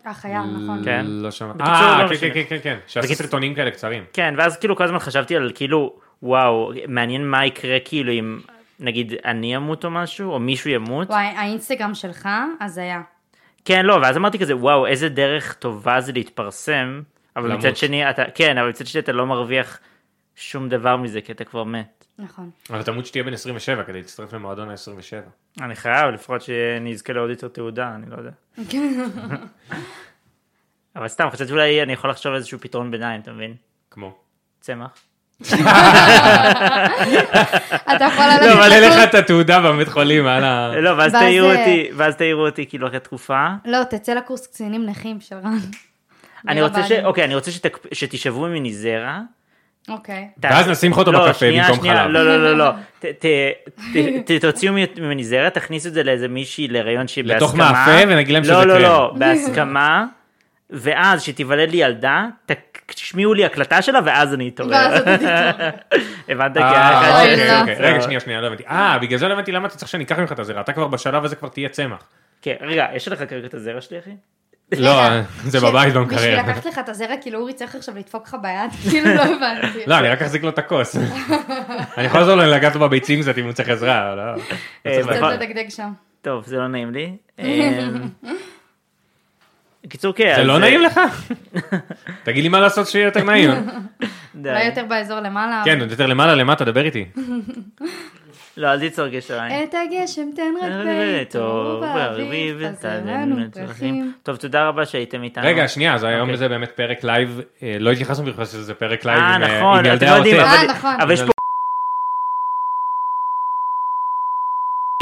[SPEAKER 3] החייל, נכון.
[SPEAKER 2] כן.
[SPEAKER 1] לא שמעתי.
[SPEAKER 2] בקיצור,
[SPEAKER 1] אה,
[SPEAKER 2] לא
[SPEAKER 1] כן,
[SPEAKER 2] משנה.
[SPEAKER 1] כן, כן, כן, כן. שעשו
[SPEAKER 2] בקיצור-
[SPEAKER 1] סרטונים כאלה קצרים.
[SPEAKER 2] כן, ואז כאילו כל הזמן חשבתי על כאילו, וואו, מעניין מה יקרה כאילו אם, נגיד, אני אמות או משהו, או מישהו ימות.
[SPEAKER 3] וואי, האינסטגרם שלך, אז היה.
[SPEAKER 2] כן, לא, ואז אמרתי כזה, וואו, איזה דרך טובה זה להתפרסם, אבל
[SPEAKER 1] למות.
[SPEAKER 2] מצד שני, אתה, כן, אבל מצד שני אתה לא מרוויח שום דבר מזה, כי אתה כבר מת.
[SPEAKER 3] נכון.
[SPEAKER 1] אבל תמות שתהיה בן 27 כדי להצטרף למועדון ה-27.
[SPEAKER 2] אני חייב, לפחות שאני אזכה לעוד יותר תעודה, אני לא יודע. אבל סתם, חשבתי אולי אני יכול לחשוב על איזשהו פתרון ביניים, אתה מבין?
[SPEAKER 1] כמו.
[SPEAKER 2] צמח.
[SPEAKER 3] אתה יכול
[SPEAKER 1] לא, אבל אין
[SPEAKER 3] ללכת...
[SPEAKER 1] לך את התעודה בבית חולים, הלאה.
[SPEAKER 2] לא, ואז
[SPEAKER 3] ואז,
[SPEAKER 2] תעירו
[SPEAKER 3] אה,
[SPEAKER 2] אותי, ואז תעירו אותי כאילו אחרי תקופה.
[SPEAKER 3] לא, תצא לקורס קצינים נכים של רן.
[SPEAKER 2] אני
[SPEAKER 3] לא
[SPEAKER 2] רוצה ש...
[SPEAKER 3] בעלי.
[SPEAKER 2] אוקיי, אני רוצה שתקפ- שתשאבו ממני זרע.
[SPEAKER 3] אוקיי.
[SPEAKER 1] ואז נשים לך אותו
[SPEAKER 2] לא,
[SPEAKER 1] בקפה
[SPEAKER 2] שנייה,
[SPEAKER 1] במקום
[SPEAKER 2] שנייה,
[SPEAKER 1] חלב.
[SPEAKER 2] לא, לא, לא, לא. ת- ת- ת- ת- תוציאו ממני זרע, תכניסו את זה לאיזה מישהי להיריון שהיא בהסכמה.
[SPEAKER 1] לתוך מאפה ונגיד להם שזה כן.
[SPEAKER 2] לא, לא,
[SPEAKER 1] קרם.
[SPEAKER 2] לא, בהסכמה. ואז שתיוולד לי ילדה, ת- תשמיעו לי הקלטה שלה ואז אני
[SPEAKER 3] ואז
[SPEAKER 2] אתעורר.
[SPEAKER 3] אתה תתעורר.
[SPEAKER 2] הבנת? כי
[SPEAKER 1] אה,
[SPEAKER 2] האחד
[SPEAKER 3] אוי,
[SPEAKER 2] של-
[SPEAKER 1] אוקיי,
[SPEAKER 3] לא.
[SPEAKER 1] אוקיי. רגע, שנייה, שנייה, לא הבנתי. אה, בגלל זה לא הבנתי למה אתה צריך שאני אקח ממך את הזרע. אתה כבר בשלב הזה כבר תהיה צמח.
[SPEAKER 2] כן, רגע, יש לך כרגע את הזרע שלי, אחי?
[SPEAKER 1] לא, זה
[SPEAKER 3] ש-
[SPEAKER 1] בבית
[SPEAKER 3] בשביל
[SPEAKER 1] במקרר.
[SPEAKER 3] לקחת לך את הזרע, כאילו אורי צריך עכשיו לדפוק לך ביד, כאילו לא הבנתי.
[SPEAKER 1] לא, אני רק אחזיק לו את הכוס. אני יכול לעזור לו לגעת לו בביצים קצת אם הוא צריך עזרה, לא? לא צריך
[SPEAKER 2] אה,
[SPEAKER 1] לדעת.
[SPEAKER 2] נכון.
[SPEAKER 3] קצת לדגדג שם.
[SPEAKER 2] טוב, זה לא נעים לי. אמ, בקיצור, כן.
[SPEAKER 1] זה
[SPEAKER 2] אז,
[SPEAKER 1] לא
[SPEAKER 2] אה,
[SPEAKER 1] נעים לך? תגיד לי מה לעשות שיהיה יותר נעים.
[SPEAKER 2] די.
[SPEAKER 3] אולי יותר באזור למעלה.
[SPEAKER 1] כן, עוד יותר למעלה למטה, דבר איתי.
[SPEAKER 2] לא, אל תיצור גשר עין.
[SPEAKER 3] את הגשם תן רק
[SPEAKER 2] טוב,
[SPEAKER 3] בעיתו,
[SPEAKER 2] באביב,
[SPEAKER 3] באביב,
[SPEAKER 2] תעלה
[SPEAKER 3] תזרנו
[SPEAKER 2] לנו פרחים.
[SPEAKER 3] פרחים.
[SPEAKER 2] טוב, תודה רבה שהייתם איתנו.
[SPEAKER 1] רגע, שנייה, אז היום
[SPEAKER 2] אוקיי.
[SPEAKER 1] זה באמת פרק לייב, אה, לא התייחסנו בכלל שזה פרק לייב
[SPEAKER 2] אה,
[SPEAKER 1] עם אה,
[SPEAKER 2] נכון,
[SPEAKER 1] עם
[SPEAKER 2] אתם
[SPEAKER 1] ילדי
[SPEAKER 2] לא יודעים,
[SPEAKER 1] העוטף.
[SPEAKER 3] העוטף.
[SPEAKER 2] אבל-
[SPEAKER 3] אה, נכון.
[SPEAKER 2] אבל יש פה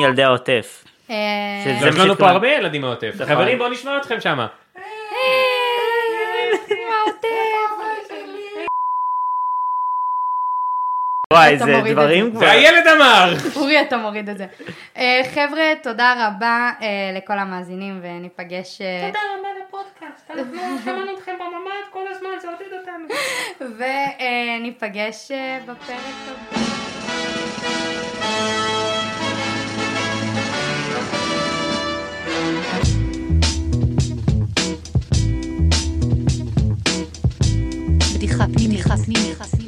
[SPEAKER 2] ילדי העוטף.
[SPEAKER 3] אה,
[SPEAKER 2] שזה-
[SPEAKER 1] יש לנו
[SPEAKER 2] שכבר-
[SPEAKER 1] פה הרבה ילדים מהעוטף.
[SPEAKER 2] נכון.
[SPEAKER 1] חברים, בואו נשמע אתכם שמה.
[SPEAKER 3] אה, העוטף.
[SPEAKER 2] וואי,
[SPEAKER 3] אתה
[SPEAKER 2] זה
[SPEAKER 3] מוריד את
[SPEAKER 2] דברים
[SPEAKER 3] זה.
[SPEAKER 2] כבר.
[SPEAKER 1] והילד אמר!
[SPEAKER 3] אורי, אתה מוריד את זה. אה, חבר'ה, תודה רבה אה, לכל המאזינים, וניפגש... אה,
[SPEAKER 7] תודה רבה לפודקאסט, אנחנו שמענו אתכם בממ"ד כל הזמן, זה עודד אותנו.
[SPEAKER 3] וניפגש אה, בפרק הבא.
[SPEAKER 8] בדיחה פנימית. בדיחה פנימית.